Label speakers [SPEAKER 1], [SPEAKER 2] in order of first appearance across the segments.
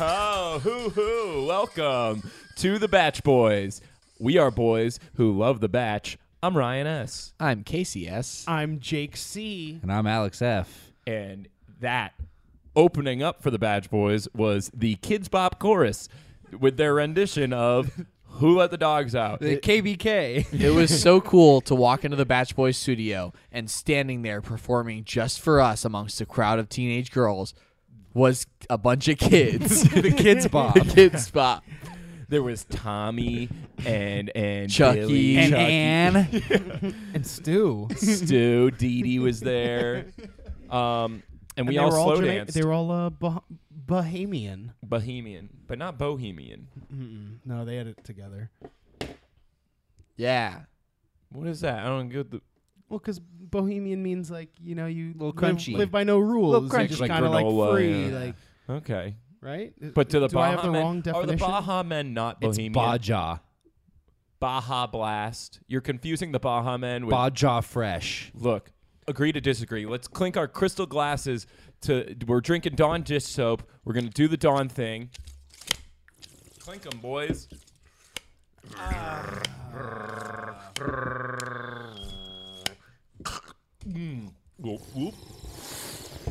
[SPEAKER 1] Oh, hoo hoo. Welcome to the Batch Boys. We are boys who love the batch. I'm Ryan S.
[SPEAKER 2] I'm KCS.
[SPEAKER 3] I'm Jake C.
[SPEAKER 2] And I'm Alex F.
[SPEAKER 1] And that opening up for the Batch Boys was the Kids Bop Chorus with their rendition of Who Let the Dogs Out.
[SPEAKER 4] KBK.
[SPEAKER 2] It was so cool to walk into the Batch Boys studio and standing there performing just for us amongst a crowd of teenage girls was a bunch of kids. the kids bop. The kids bop.
[SPEAKER 1] There was Tommy and and
[SPEAKER 2] Chucky.
[SPEAKER 1] Billy,
[SPEAKER 2] And
[SPEAKER 1] Chucky.
[SPEAKER 4] Anne. and Stu.
[SPEAKER 1] Stu, Dee Dee was there. Um, and we all
[SPEAKER 3] And they were
[SPEAKER 1] slow
[SPEAKER 3] Jama-
[SPEAKER 1] danced.
[SPEAKER 3] They were all uh, bah- Bahamian.
[SPEAKER 1] Bohemian, but not Bohemian.
[SPEAKER 3] Mm-mm. No, they had it together.
[SPEAKER 2] Yeah.
[SPEAKER 1] What is that? I don't get the.
[SPEAKER 3] Well, because Bohemian means like you know you little
[SPEAKER 2] crunchy.
[SPEAKER 3] live, by no rules.
[SPEAKER 1] crunchy.
[SPEAKER 3] You're just
[SPEAKER 1] Like
[SPEAKER 3] kind of like
[SPEAKER 1] granola,
[SPEAKER 3] free,
[SPEAKER 1] yeah.
[SPEAKER 3] like
[SPEAKER 1] Okay,
[SPEAKER 3] right. Is-
[SPEAKER 1] but to the
[SPEAKER 3] do
[SPEAKER 1] Baja
[SPEAKER 3] I have the
[SPEAKER 1] men,
[SPEAKER 3] wrong
[SPEAKER 1] are the
[SPEAKER 3] definition?
[SPEAKER 1] Baja men not Bohemian?
[SPEAKER 4] Baja.
[SPEAKER 1] Baja Blast. You're confusing the Baja men with.
[SPEAKER 4] Baja Fresh.
[SPEAKER 1] Look, agree to disagree. Let's clink our crystal glasses. To we're drinking Dawn dish soap. We're gonna do the Dawn thing. Clink 'em, boys. Mm. Whoop, whoop.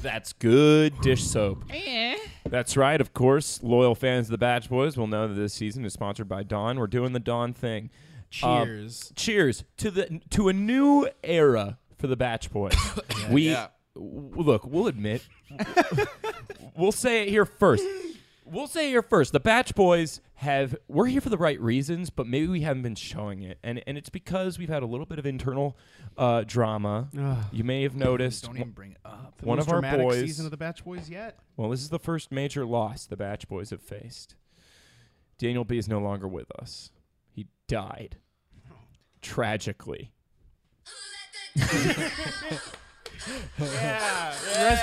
[SPEAKER 1] That's good dish soap. That's right, of course. Loyal fans of the Batch Boys will know that this season is sponsored by Dawn. We're doing the Dawn thing. Um,
[SPEAKER 3] Cheers.
[SPEAKER 1] cheers to the to a new era for the Batch Boys. we
[SPEAKER 2] Yeah.
[SPEAKER 1] w- look, we'll admit, we'll say it here first. We'll say it here first. The Batch Boys have we're here for the right reasons, but maybe we haven't been showing it, and and it's because we've had a little bit of internal uh, drama.
[SPEAKER 3] Ugh.
[SPEAKER 1] You may have noticed.
[SPEAKER 4] Don't even bring it up.
[SPEAKER 3] The
[SPEAKER 1] one
[SPEAKER 3] most
[SPEAKER 1] of our
[SPEAKER 3] dramatic
[SPEAKER 1] boys-
[SPEAKER 3] season of the Batch Boys yet.
[SPEAKER 1] Well, this is the first major loss the Batch Boys have faced. Daniel B is no longer with us. He died tragically.
[SPEAKER 3] Rest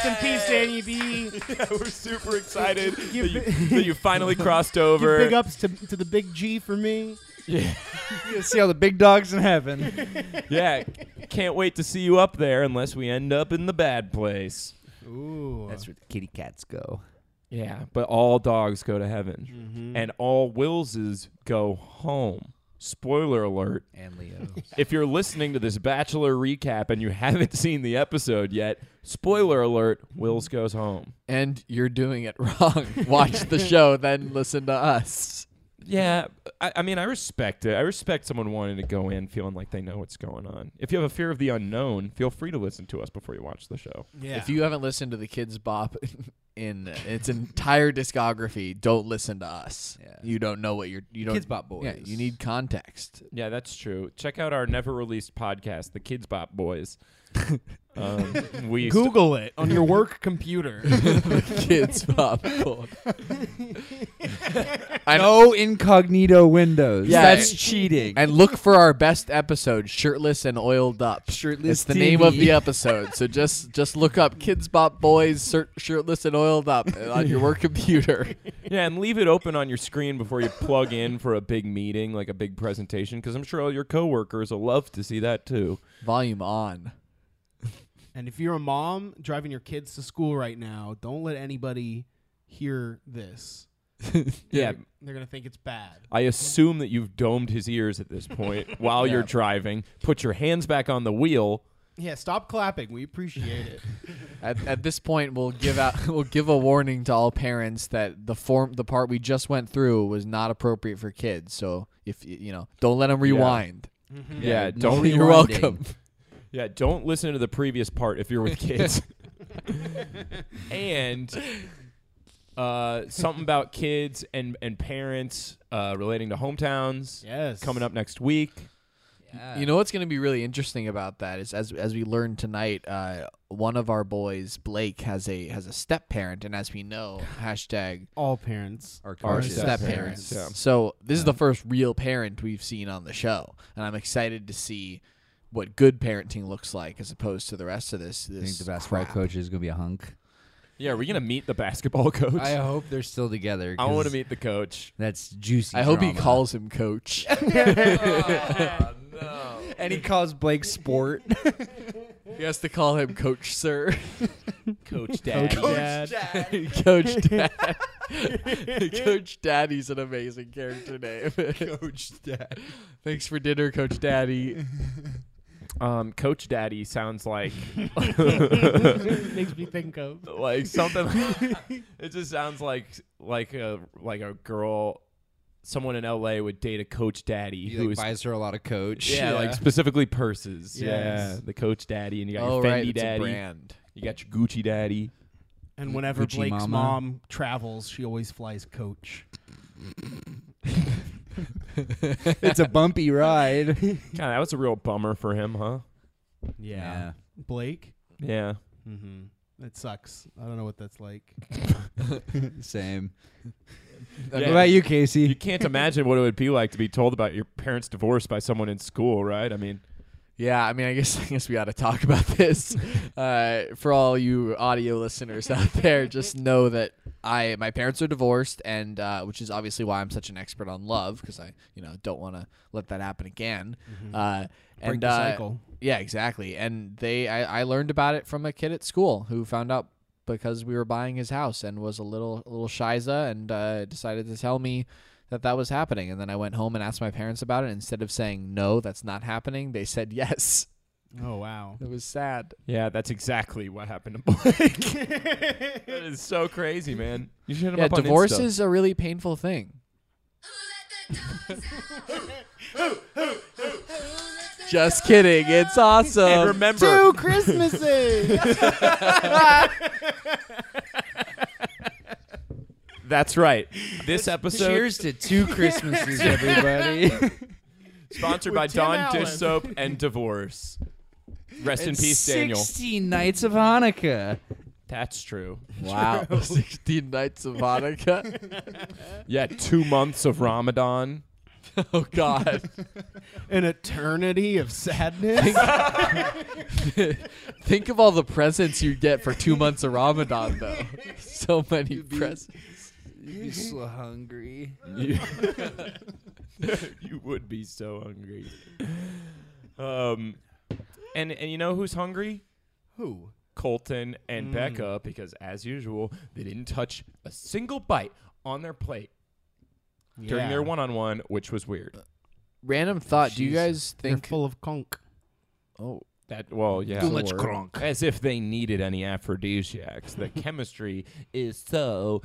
[SPEAKER 3] in peace, Danny B.
[SPEAKER 1] We're super excited that
[SPEAKER 3] Give
[SPEAKER 1] you,
[SPEAKER 3] bi-
[SPEAKER 1] that you finally crossed over.
[SPEAKER 3] Give big ups to, to the big G for me.
[SPEAKER 4] see how the big dog's in heaven.
[SPEAKER 1] Yeah, can't wait to see you up there unless we end up in the bad place.
[SPEAKER 3] Ooh.
[SPEAKER 4] That's where the kitty cats go.
[SPEAKER 1] Yeah, but all dogs go to heaven, and all Willses go home. Spoiler alert.
[SPEAKER 4] And Leo.
[SPEAKER 1] If you're listening to this Bachelor recap and you haven't seen the episode yet, spoiler alert, Wills goes home.
[SPEAKER 2] And you're doing it wrong. Watch the show, then listen to us.
[SPEAKER 1] Yeah, I, I mean, I respect it. I respect someone wanting to go in feeling like they know what's going on. If you have a fear of the unknown, feel free to listen to us before you watch the show.
[SPEAKER 3] yeah.
[SPEAKER 2] If you haven't listened to the Kids Bop in its entire discography, don't listen to us.
[SPEAKER 4] Yeah.
[SPEAKER 2] You don't know what you're. You don't.
[SPEAKER 4] Kids Bop Boys.
[SPEAKER 2] Yeah, you need context.
[SPEAKER 1] Yeah, that's true. Check out our never released podcast, The Kids Bop Boys. um, we used to-
[SPEAKER 3] Google it on your work computer.
[SPEAKER 2] Kids Bop Boys. I
[SPEAKER 4] No incognito windows.
[SPEAKER 2] Yeah.
[SPEAKER 4] That's cheating.
[SPEAKER 2] And look for our best episode, shirtless and oiled up.
[SPEAKER 4] Shirtless
[SPEAKER 2] It's the name of
[SPEAKER 4] TV.
[SPEAKER 2] the episode. So just just look up Kids Bop Boys shir- shirtless and oiled up uh, on your work computer.
[SPEAKER 1] yeah, and leave it open on your screen before you plug in for a big meeting, like a big presentation, because I'm sure all your coworkers will love to see that too.
[SPEAKER 2] Volume on.
[SPEAKER 3] and if you're a mom driving your kids to school right now, don't let anybody hear this.
[SPEAKER 1] Yeah.
[SPEAKER 3] They're going to think it's bad.
[SPEAKER 1] I assume that you've domed his ears at this point while you're
[SPEAKER 2] Yeah.
[SPEAKER 1] driving. Put your hands back on the wheel.
[SPEAKER 3] Yeah, stop clapping. We appreciate it.
[SPEAKER 2] At, at this point, we'll give out we'll give a warning to all parents that the form the part we just went through was not appropriate for kids. So if y- you know, don't let them rewind.
[SPEAKER 1] Yeah, don't
[SPEAKER 2] You're welcome.
[SPEAKER 1] Yeah, don't listen to the previous part if you're with kids. and uh, something about kids and and parents uh, relating to hometowns
[SPEAKER 3] Yes.
[SPEAKER 1] coming up next week.
[SPEAKER 2] You know what's going to be really interesting about that is as as we learned tonight, uh, one of our boys, Blake, has a has a step parent, and as we know, hashtag
[SPEAKER 3] All parents.
[SPEAKER 4] Our
[SPEAKER 1] Our
[SPEAKER 2] our
[SPEAKER 4] conscious
[SPEAKER 2] step
[SPEAKER 1] step-parents.
[SPEAKER 2] parents.
[SPEAKER 1] Yeah.
[SPEAKER 2] So this is the first real parent we've seen on the show, and I'm excited to see what good parenting looks like as opposed to the rest of this.
[SPEAKER 4] I
[SPEAKER 2] this
[SPEAKER 4] think the basketball
[SPEAKER 2] crap.
[SPEAKER 4] coach is going to be a hunk.
[SPEAKER 1] Yeah, are we gonna meet the basketball coach?
[SPEAKER 4] I
[SPEAKER 1] I,
[SPEAKER 4] hope they're still together.
[SPEAKER 1] want
[SPEAKER 4] 'cause
[SPEAKER 1] to meet the coach.
[SPEAKER 4] That's juicy.
[SPEAKER 2] I hope he
[SPEAKER 4] drama. Oh,
[SPEAKER 2] calls him coach.
[SPEAKER 4] And he calls Blake Sport.
[SPEAKER 2] he has to call him coach, sir.
[SPEAKER 1] Coach Dad.
[SPEAKER 3] Coach Dad.
[SPEAKER 2] coach Dad. Coach Daddy's an amazing character name. Coach Daddy. Thanks for dinner, Coach Daddy.
[SPEAKER 1] Um, Coach Daddy sounds like
[SPEAKER 3] Makes me think of.
[SPEAKER 1] like something. it just sounds like like a like a girl, someone in L.A. would date a Coach Daddy
[SPEAKER 4] He
[SPEAKER 1] who
[SPEAKER 4] like,
[SPEAKER 1] is
[SPEAKER 4] buys her a lot of coach.
[SPEAKER 1] yeah, like specifically purses.
[SPEAKER 3] Yes.
[SPEAKER 1] Yeah, the Coach Daddy, and you got
[SPEAKER 2] oh,
[SPEAKER 1] your Fendi
[SPEAKER 2] right, it's a
[SPEAKER 1] Daddy,
[SPEAKER 2] brand.
[SPEAKER 1] you got your Gucci Daddy.
[SPEAKER 3] And whenever
[SPEAKER 4] Gucci
[SPEAKER 3] Blake's
[SPEAKER 4] Mama.
[SPEAKER 3] mom travels, she always flies coach.
[SPEAKER 4] it's a bumpy ride. yeah.
[SPEAKER 1] God, that was a real bummer for him, huh?
[SPEAKER 3] Blake?
[SPEAKER 1] Yeah.
[SPEAKER 3] Mm-hmm. That sucks. I don't know what that's like.
[SPEAKER 4] Same.
[SPEAKER 1] Yeah.
[SPEAKER 4] What about you,
[SPEAKER 1] You
[SPEAKER 4] Casey?
[SPEAKER 1] can't imagine what it would be like to be told about your parents' divorce by someone in school, right? I mean,
[SPEAKER 2] Yeah, I mean, I guess I guess we ought to talk about this. Uh, for all you audio listeners out there, just know that I my parents are divorced, and uh, which is obviously why I'm such an expert on love because I you know don't want to let that happen again.
[SPEAKER 1] Mm-hmm.
[SPEAKER 2] Uh,
[SPEAKER 3] Break
[SPEAKER 2] and
[SPEAKER 3] the
[SPEAKER 2] uh,
[SPEAKER 3] cycle.
[SPEAKER 2] yeah, exactly. And they I, I learned about it from a kid at school who found out because we were buying his house and was a little a little shiza and uh, decided to tell me that that was happening. And then I went home and asked my parents about it. Instead of saying no, that's not happening, they said yes.
[SPEAKER 3] Oh wow.
[SPEAKER 2] It was sad.
[SPEAKER 1] yeah, that's exactly what happened to Blake. that is so crazy, man. You should hit him
[SPEAKER 2] yeah,
[SPEAKER 1] up on
[SPEAKER 2] divorce
[SPEAKER 1] Insta.
[SPEAKER 2] is a really painful thing. Just kidding. It's awesome.
[SPEAKER 1] And remember,
[SPEAKER 3] Christmases.
[SPEAKER 1] that's right. This episode
[SPEAKER 4] Cheers to two Christmases, everybody.
[SPEAKER 1] sponsored by
[SPEAKER 3] With Tim
[SPEAKER 1] Dawn
[SPEAKER 3] Allen.
[SPEAKER 1] Dish Soap and Divorce. Rest in peace, Daniel.
[SPEAKER 4] Sixteen nights of Hanukkah.
[SPEAKER 1] That's true.
[SPEAKER 4] Wow.
[SPEAKER 1] Oh,
[SPEAKER 2] 16 nights of Hanukkah.
[SPEAKER 1] Yeah, two months of Ramadan.
[SPEAKER 2] oh, God.
[SPEAKER 3] An eternity of sadness.
[SPEAKER 2] Think of all the presents you get for two months of Ramadan, though. So many presents.
[SPEAKER 4] You'd be so hungry.
[SPEAKER 1] you, you would be so hungry. Um, and and you know who's hungry?
[SPEAKER 3] Who?
[SPEAKER 1] Colton and
[SPEAKER 3] Mm.
[SPEAKER 1] Becca, because as usual, they didn't touch a single bite on their plate during their one-on-one, which was weird.
[SPEAKER 2] Random thought. Do you
[SPEAKER 4] Jeez.
[SPEAKER 2] guys
[SPEAKER 3] They're
[SPEAKER 2] think?
[SPEAKER 3] full of conk.
[SPEAKER 2] Oh,
[SPEAKER 1] That well, yeah,
[SPEAKER 4] Too much crunk.
[SPEAKER 1] As if they needed any aphrodisiacs. the chemistry is so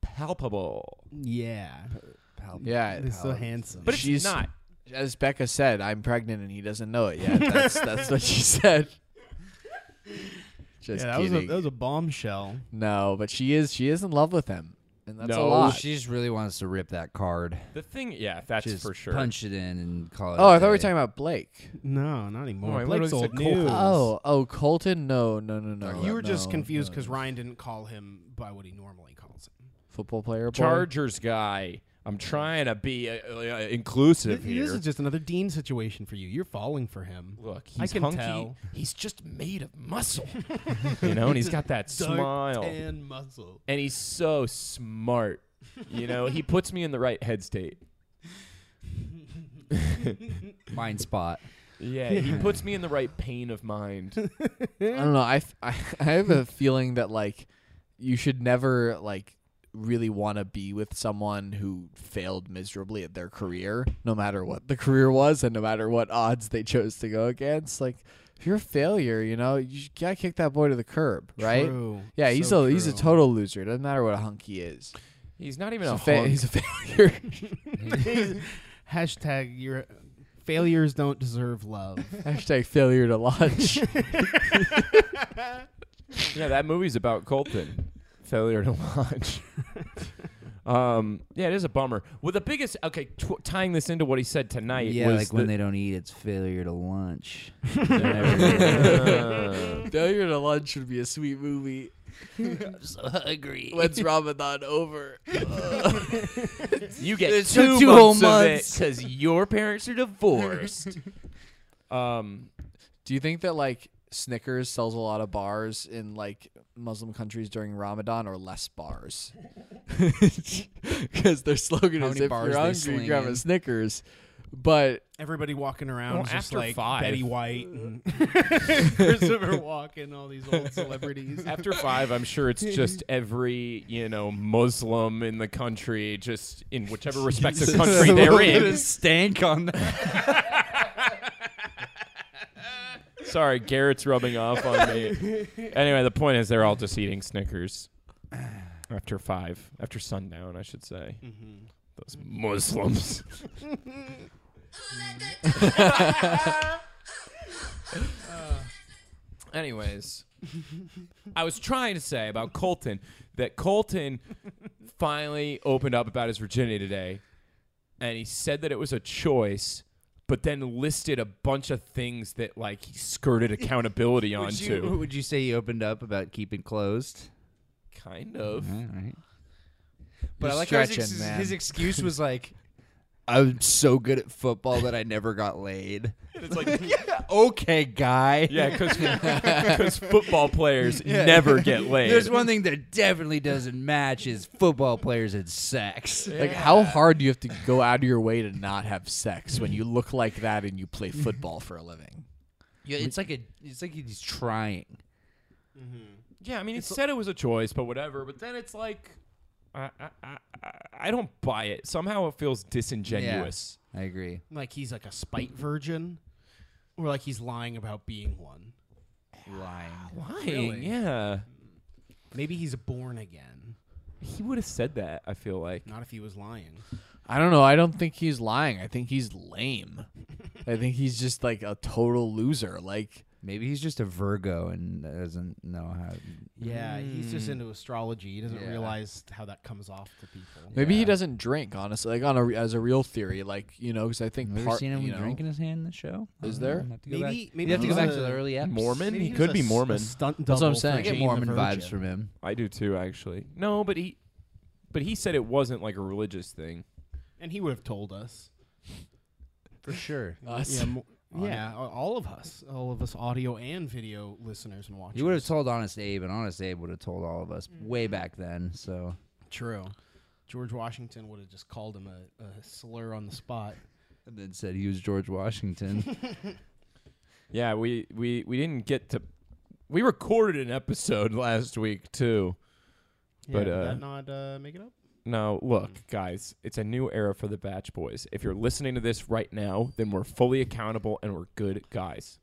[SPEAKER 1] palpable,
[SPEAKER 3] Yeah.
[SPEAKER 2] yeah.
[SPEAKER 3] They're so handsome.
[SPEAKER 1] but it's
[SPEAKER 2] She's-
[SPEAKER 1] not.
[SPEAKER 2] As Becca said, I'm pregnant and he doesn't know it yet. That's that's what she said. Just
[SPEAKER 3] yeah, that was, a,
[SPEAKER 2] kidding.
[SPEAKER 3] that was a bombshell.
[SPEAKER 2] no, but she is she is in love with him, and that's a
[SPEAKER 1] No,
[SPEAKER 2] lot.
[SPEAKER 4] Oh, She just really wants to rip that card.
[SPEAKER 1] The thing, yeah, that's
[SPEAKER 4] just
[SPEAKER 1] for sure.
[SPEAKER 4] punch it in and call it.
[SPEAKER 2] oh,
[SPEAKER 4] I
[SPEAKER 2] I thought we were talking about Blake.
[SPEAKER 3] No, not anymore.
[SPEAKER 1] Oh, I
[SPEAKER 3] Blake's
[SPEAKER 1] literally
[SPEAKER 3] old
[SPEAKER 1] said Colton.
[SPEAKER 3] news.
[SPEAKER 2] Oh, oh, Colton. No, no, no, no.
[SPEAKER 3] Oh, you were
[SPEAKER 2] no,
[SPEAKER 3] just
[SPEAKER 2] no,
[SPEAKER 3] confused
[SPEAKER 2] no.
[SPEAKER 3] because Ryan didn't call him by what he normally calls him.
[SPEAKER 2] football player. boy?
[SPEAKER 1] Chargers guy. I'm trying to be uh, uh, inclusive
[SPEAKER 3] Th- This
[SPEAKER 1] here.
[SPEAKER 3] is just another Dean situation for you. You're falling for him.
[SPEAKER 1] Look,
[SPEAKER 3] I
[SPEAKER 1] he's
[SPEAKER 3] can
[SPEAKER 1] hunky.
[SPEAKER 3] tell.
[SPEAKER 1] He's just made of muscle, you know, and he's got that smile,
[SPEAKER 3] and muscle.
[SPEAKER 1] and he's so smart. You know, he puts me in the right head state.
[SPEAKER 4] Mind spot.
[SPEAKER 1] Yeah, he puts me in the right pain of mind.
[SPEAKER 2] I don't know. I, f- I I have a feeling that like you should never like really want to be with someone who failed miserably at their career, no matter what the career was and no matter what odds they chose to go against. Like if you're a failure, you know you gotta kick that boy to the curb, right?
[SPEAKER 3] True.
[SPEAKER 2] Yeah, he's
[SPEAKER 3] So
[SPEAKER 2] a he's a
[SPEAKER 3] true.
[SPEAKER 2] total loser. It doesn't matter what a hunky is.
[SPEAKER 1] He's not even
[SPEAKER 2] He's
[SPEAKER 1] a
[SPEAKER 2] a, fa-
[SPEAKER 1] hunk.
[SPEAKER 2] he's a failure.
[SPEAKER 3] Hashtag your failures don't deserve love.
[SPEAKER 2] Hashtag failure to launch.
[SPEAKER 1] yeah, that movie's about Colton. Failure to launch. um, yeah, it is a bummer. Well, the biggest okay, tw- tying this into what he said tonight
[SPEAKER 4] yeah,
[SPEAKER 1] was
[SPEAKER 4] like when
[SPEAKER 1] the-
[SPEAKER 4] they don't eat, it's failure to lunch.
[SPEAKER 1] Uh,
[SPEAKER 2] failure to launch would be a sweet movie.
[SPEAKER 4] I'm so hungry.
[SPEAKER 2] When's Ramadan over?
[SPEAKER 1] you get
[SPEAKER 4] It's
[SPEAKER 1] two,
[SPEAKER 4] just two whole
[SPEAKER 1] months, of it
[SPEAKER 4] months.
[SPEAKER 1] because your parents are divorced. um,
[SPEAKER 2] Do you think that like Snickers sells a lot of bars in like Muslim countries during Ramadan or less bars? Because their slogan
[SPEAKER 4] How
[SPEAKER 2] is
[SPEAKER 4] many
[SPEAKER 2] if
[SPEAKER 4] bars
[SPEAKER 2] you're
[SPEAKER 4] they
[SPEAKER 2] hungry,
[SPEAKER 4] sling
[SPEAKER 2] grab a
[SPEAKER 4] in?
[SPEAKER 2] Snickers. But
[SPEAKER 3] Everybody walking around
[SPEAKER 1] Well,
[SPEAKER 3] is just
[SPEAKER 1] after
[SPEAKER 3] like
[SPEAKER 1] five.
[SPEAKER 3] Betty White and Christopher Walken, all these old celebrities.
[SPEAKER 1] After five, I'm sure it's just every you know Muslim in the country, just in whichever respective country they're in.
[SPEAKER 4] Stank on that.
[SPEAKER 1] Sorry, Garrett's rubbing off on me. Anyway, the point is they're all just eating Snickers after five, after sundown, I should say.
[SPEAKER 4] Mm-hmm.
[SPEAKER 1] Those Muslims. Anyways, I was trying to say about Colton that Colton finally opened up about his virginity today, and he said that it was a choice, but then listed a bunch of things that like he skirted accountability
[SPEAKER 4] Would
[SPEAKER 1] onto.
[SPEAKER 4] you, would you say you opened up about keeping closed?
[SPEAKER 1] Kind of.
[SPEAKER 4] All right. But
[SPEAKER 2] You're
[SPEAKER 4] I like how his,
[SPEAKER 2] stretching,
[SPEAKER 4] ex-
[SPEAKER 2] man.
[SPEAKER 4] his excuse was like, "I'm so good at football that I never got laid."
[SPEAKER 1] It's like
[SPEAKER 4] okay, guy.
[SPEAKER 1] Yeah, because football players never get laid.
[SPEAKER 4] There's one thing that definitely doesn't match is football players and sex.
[SPEAKER 2] like, how hard do you have to go out of your way to not have sex when you look like that and you play football for a living?
[SPEAKER 4] Yeah, it's like a, it's like he's trying.
[SPEAKER 1] Yeah, I mean, he said it was a choice, but whatever. But then it's like, I, I, I, I don't buy it. Somehow it feels disingenuous.
[SPEAKER 4] I agree.
[SPEAKER 3] like he's like a spite virgin, or like he's lying about being one.
[SPEAKER 4] Lying.
[SPEAKER 1] Lying, yeah.
[SPEAKER 3] Maybe he's born again.
[SPEAKER 1] He would have said that, I feel like.
[SPEAKER 3] Not if he was lying.
[SPEAKER 2] I don't know. I don't think he's lying. I think he's lame. I think he's just like a total loser. Like,
[SPEAKER 4] Maybe he's just a Virgo and doesn't know how.
[SPEAKER 3] Yeah, he's just into astrology. He doesn't
[SPEAKER 4] Yeah.
[SPEAKER 3] realize how that comes off to people.
[SPEAKER 2] maybe he
[SPEAKER 4] Yeah.
[SPEAKER 2] doesn't drink. Honestly, like on a as a real theory, like you know, because I think
[SPEAKER 4] Have you
[SPEAKER 2] part,
[SPEAKER 4] ever seen him
[SPEAKER 2] you
[SPEAKER 4] with a
[SPEAKER 2] know,
[SPEAKER 4] drink in his hand in the show? I
[SPEAKER 2] Is
[SPEAKER 4] don't know.
[SPEAKER 2] there?
[SPEAKER 4] I'll have to go
[SPEAKER 3] Maybe-
[SPEAKER 4] back-
[SPEAKER 3] maybe
[SPEAKER 4] you have to
[SPEAKER 3] he
[SPEAKER 4] go
[SPEAKER 3] was
[SPEAKER 4] back to
[SPEAKER 3] a
[SPEAKER 4] the early eps.
[SPEAKER 1] Mormon?
[SPEAKER 3] Maybe
[SPEAKER 1] He
[SPEAKER 3] was
[SPEAKER 1] could
[SPEAKER 3] a
[SPEAKER 1] be
[SPEAKER 3] s- a
[SPEAKER 1] Mormon.
[SPEAKER 3] stunt
[SPEAKER 2] That's what I'm
[SPEAKER 3] double for
[SPEAKER 2] saying.
[SPEAKER 4] I get
[SPEAKER 3] Jane the
[SPEAKER 4] Mormon
[SPEAKER 3] Virgin.
[SPEAKER 4] vibes from him.
[SPEAKER 1] I do too, actually. No, but he. But he said it wasn't like a religious thing.
[SPEAKER 3] and he would have told us.
[SPEAKER 4] For sure.
[SPEAKER 2] us.
[SPEAKER 3] Yeah, mo- yeah, a- all of us, all of us, audio and video listeners and watchers.
[SPEAKER 4] You would have told Honest Abe, and Honest Abe would have told all of us way back then. So
[SPEAKER 3] True. George Washington would have just called him a, a slur on the spot.
[SPEAKER 4] and then said he was George Washington.
[SPEAKER 1] Yeah, we we we didn't get to. We recorded an episode last week too.
[SPEAKER 3] Yeah,
[SPEAKER 1] But,
[SPEAKER 3] did
[SPEAKER 1] uh,
[SPEAKER 3] that not uh, make it up?
[SPEAKER 1] No, look, guys, it's a new era for the Batch Boys. If you're listening to this right now, then we're fully accountable and we're good guys.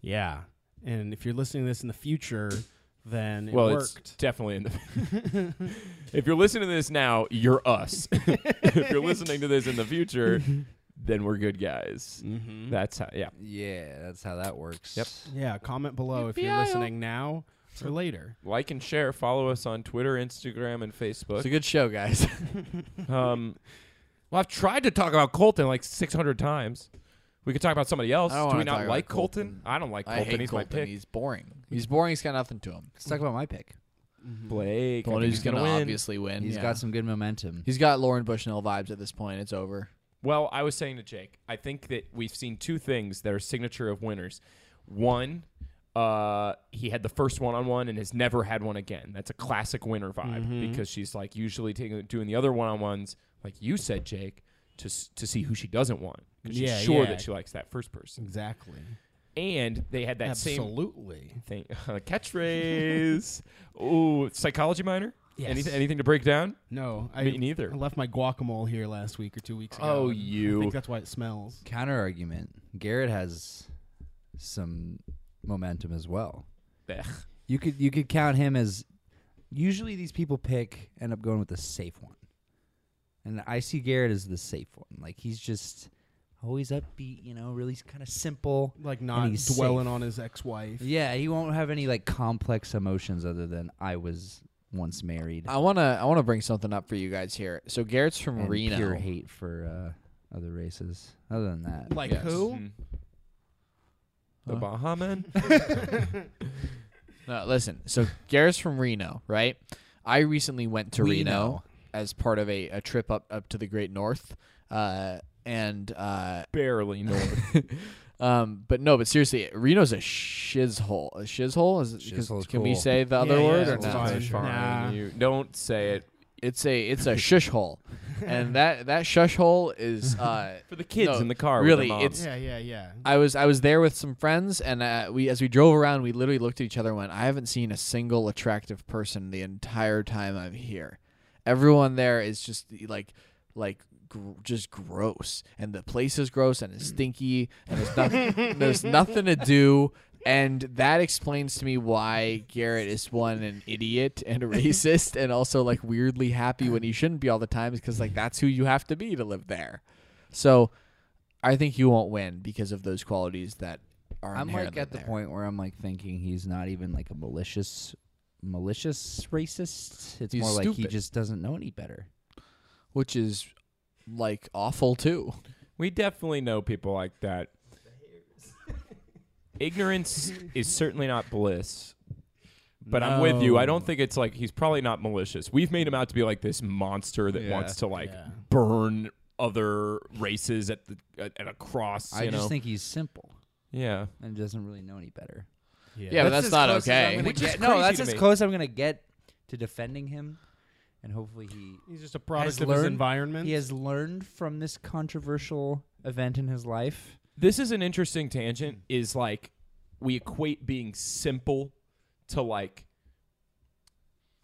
[SPEAKER 3] Yeah. And if you're listening to this in the future, then it
[SPEAKER 1] well, it's
[SPEAKER 3] worked.
[SPEAKER 1] definitely in the. if you're listening to this now, you're us. if you're listening to this in the future, then we're good guys.
[SPEAKER 3] Mm-hmm.
[SPEAKER 1] That's how. Yeah.
[SPEAKER 4] yeah, that's how that works.
[SPEAKER 1] Yep.
[SPEAKER 3] yeah, comment below if you're listening now or later.
[SPEAKER 1] Like and share. Follow us on Twitter, Instagram, and Facebook.
[SPEAKER 2] It's a good show, guys.
[SPEAKER 1] Um, well, I've tried to talk about Colton like 600 times. We could talk about somebody else.
[SPEAKER 2] I don't
[SPEAKER 1] Do we
[SPEAKER 2] wanna talk
[SPEAKER 1] not
[SPEAKER 2] about
[SPEAKER 1] like Colton?
[SPEAKER 2] Colton.
[SPEAKER 1] I don't like Colton.
[SPEAKER 2] I hate
[SPEAKER 1] he's my
[SPEAKER 2] Colton.
[SPEAKER 1] pick.
[SPEAKER 2] He's boring. He's boring. He's got nothing to him.
[SPEAKER 4] Let's talk about my pick.
[SPEAKER 1] Blake.
[SPEAKER 2] The
[SPEAKER 1] I
[SPEAKER 2] one
[SPEAKER 1] think
[SPEAKER 2] who's
[SPEAKER 1] he's gonna
[SPEAKER 2] gonna
[SPEAKER 1] win.
[SPEAKER 2] obviously win.
[SPEAKER 4] He's
[SPEAKER 2] He's
[SPEAKER 4] got some good momentum.
[SPEAKER 2] He's got Lauren Bushnell vibes at this point. It's over.
[SPEAKER 1] Well, I was saying to Jake, I think that we've seen two things that are signature of winners. One, uh, he had the first one on one and has never had one again. That's a classic winner vibe
[SPEAKER 3] Mm-hmm.
[SPEAKER 1] because she's like usually taking, doing the other one on ones, like you said, Jake, to s- to see who she doesn't want because she's
[SPEAKER 3] Yeah,
[SPEAKER 1] sure
[SPEAKER 3] yeah.
[SPEAKER 1] that she likes that first person.
[SPEAKER 3] Exactly.
[SPEAKER 1] And they had that same
[SPEAKER 3] Absolutely.
[SPEAKER 1] thing catchphrase. Ooh, psychology minor.
[SPEAKER 3] Yes.
[SPEAKER 1] Anything, anything to break down?
[SPEAKER 3] No, I
[SPEAKER 1] Me neither.
[SPEAKER 3] I left my guacamole here last week or two weeks ago.
[SPEAKER 1] Oh,
[SPEAKER 3] and
[SPEAKER 1] you.
[SPEAKER 3] I think that's why it smells.
[SPEAKER 4] Counter argument. Garrett has some momentum as well.
[SPEAKER 1] Ugh.
[SPEAKER 4] You could you could count him as usually these people pick end up going with the safe one. And I see Garrett as the safe one. Like he's just always upbeat, you know, really kind of simple.
[SPEAKER 3] Like not
[SPEAKER 4] he's
[SPEAKER 3] dwelling
[SPEAKER 4] safe.
[SPEAKER 3] on his ex-wife.
[SPEAKER 4] Yeah, he won't have any like complex emotions other than I was once married.
[SPEAKER 2] I wanna I wanna bring something up for you guys here. So Garrett's from
[SPEAKER 4] and
[SPEAKER 2] Reno.
[SPEAKER 4] pure hate for uh, other races. Other than that,
[SPEAKER 3] Like
[SPEAKER 2] Yes.
[SPEAKER 3] who?
[SPEAKER 1] Mm. The
[SPEAKER 2] Huh?
[SPEAKER 1] Bahaman?
[SPEAKER 2] No, listen. So Garrett's from Reno, right? I recently went to
[SPEAKER 4] We
[SPEAKER 2] Reno
[SPEAKER 4] know.
[SPEAKER 2] as part of a, a trip up up to the Great North. Uh, and uh,
[SPEAKER 1] Barely north.
[SPEAKER 2] um, but no, but seriously, Reno's a shizhole. A shizhole is because
[SPEAKER 4] Shizhole's
[SPEAKER 2] can we
[SPEAKER 4] cool.
[SPEAKER 2] say the other
[SPEAKER 3] Yeah,
[SPEAKER 2] word
[SPEAKER 3] yeah,
[SPEAKER 2] or
[SPEAKER 3] it's
[SPEAKER 2] no?
[SPEAKER 3] fine.
[SPEAKER 1] Fine.
[SPEAKER 3] Nah.
[SPEAKER 1] You don't say it.
[SPEAKER 2] It's a it's a shish hole. and that that shush hole is uh,
[SPEAKER 1] for the kids
[SPEAKER 2] No,
[SPEAKER 1] in the car.
[SPEAKER 2] really,
[SPEAKER 1] with their mom.
[SPEAKER 2] it's-
[SPEAKER 3] yeah, yeah, yeah.
[SPEAKER 2] I was I was there with some friends, and uh, we as we drove around, we literally looked at each other and went, "I haven't seen a single attractive person the entire time I'm here. Everyone there is just like like." Gr- just gross, and the place is gross, and it's stinky, and there's nothing, there's nothing to do, and that explains to me why Garrett is one an idiot and a racist, and also like weirdly happy when he shouldn't be all the time, because like that's who you have to be to live there. So I think you won't win because of those qualities that are.
[SPEAKER 4] I'm like
[SPEAKER 2] inherently
[SPEAKER 4] at the
[SPEAKER 2] there.
[SPEAKER 4] point where I'm like thinking he's not even like a malicious, malicious racist. It's
[SPEAKER 2] He's
[SPEAKER 4] more like he
[SPEAKER 2] stupid.
[SPEAKER 4] just doesn't know any better.
[SPEAKER 2] which is like awful too.
[SPEAKER 1] We definitely know people like that. Ignorance is certainly not bliss. But I'm with you. I don't think it's like he's probably not malicious. We've made him out to be like this monster that
[SPEAKER 2] Yeah.
[SPEAKER 1] wants to like
[SPEAKER 3] Yeah.
[SPEAKER 1] burn other races at the at, at a cross.
[SPEAKER 4] I
[SPEAKER 1] you
[SPEAKER 4] just
[SPEAKER 1] know?
[SPEAKER 4] think he's simple
[SPEAKER 1] yeah.
[SPEAKER 4] and doesn't really know any better.
[SPEAKER 2] Yeah, but that's
[SPEAKER 4] as
[SPEAKER 2] not
[SPEAKER 4] close as I'm
[SPEAKER 2] okay.
[SPEAKER 4] gonna
[SPEAKER 1] Which is
[SPEAKER 4] get- no,
[SPEAKER 1] crazy
[SPEAKER 4] that's
[SPEAKER 1] to
[SPEAKER 4] as
[SPEAKER 1] me.
[SPEAKER 4] close I'm gonna get to defending him, and hopefully he
[SPEAKER 3] He's just a product of his
[SPEAKER 4] learned-
[SPEAKER 3] environment.
[SPEAKER 4] he has learned from this controversial event in his life.
[SPEAKER 1] This is an interesting tangent. Is like we equate being simple to like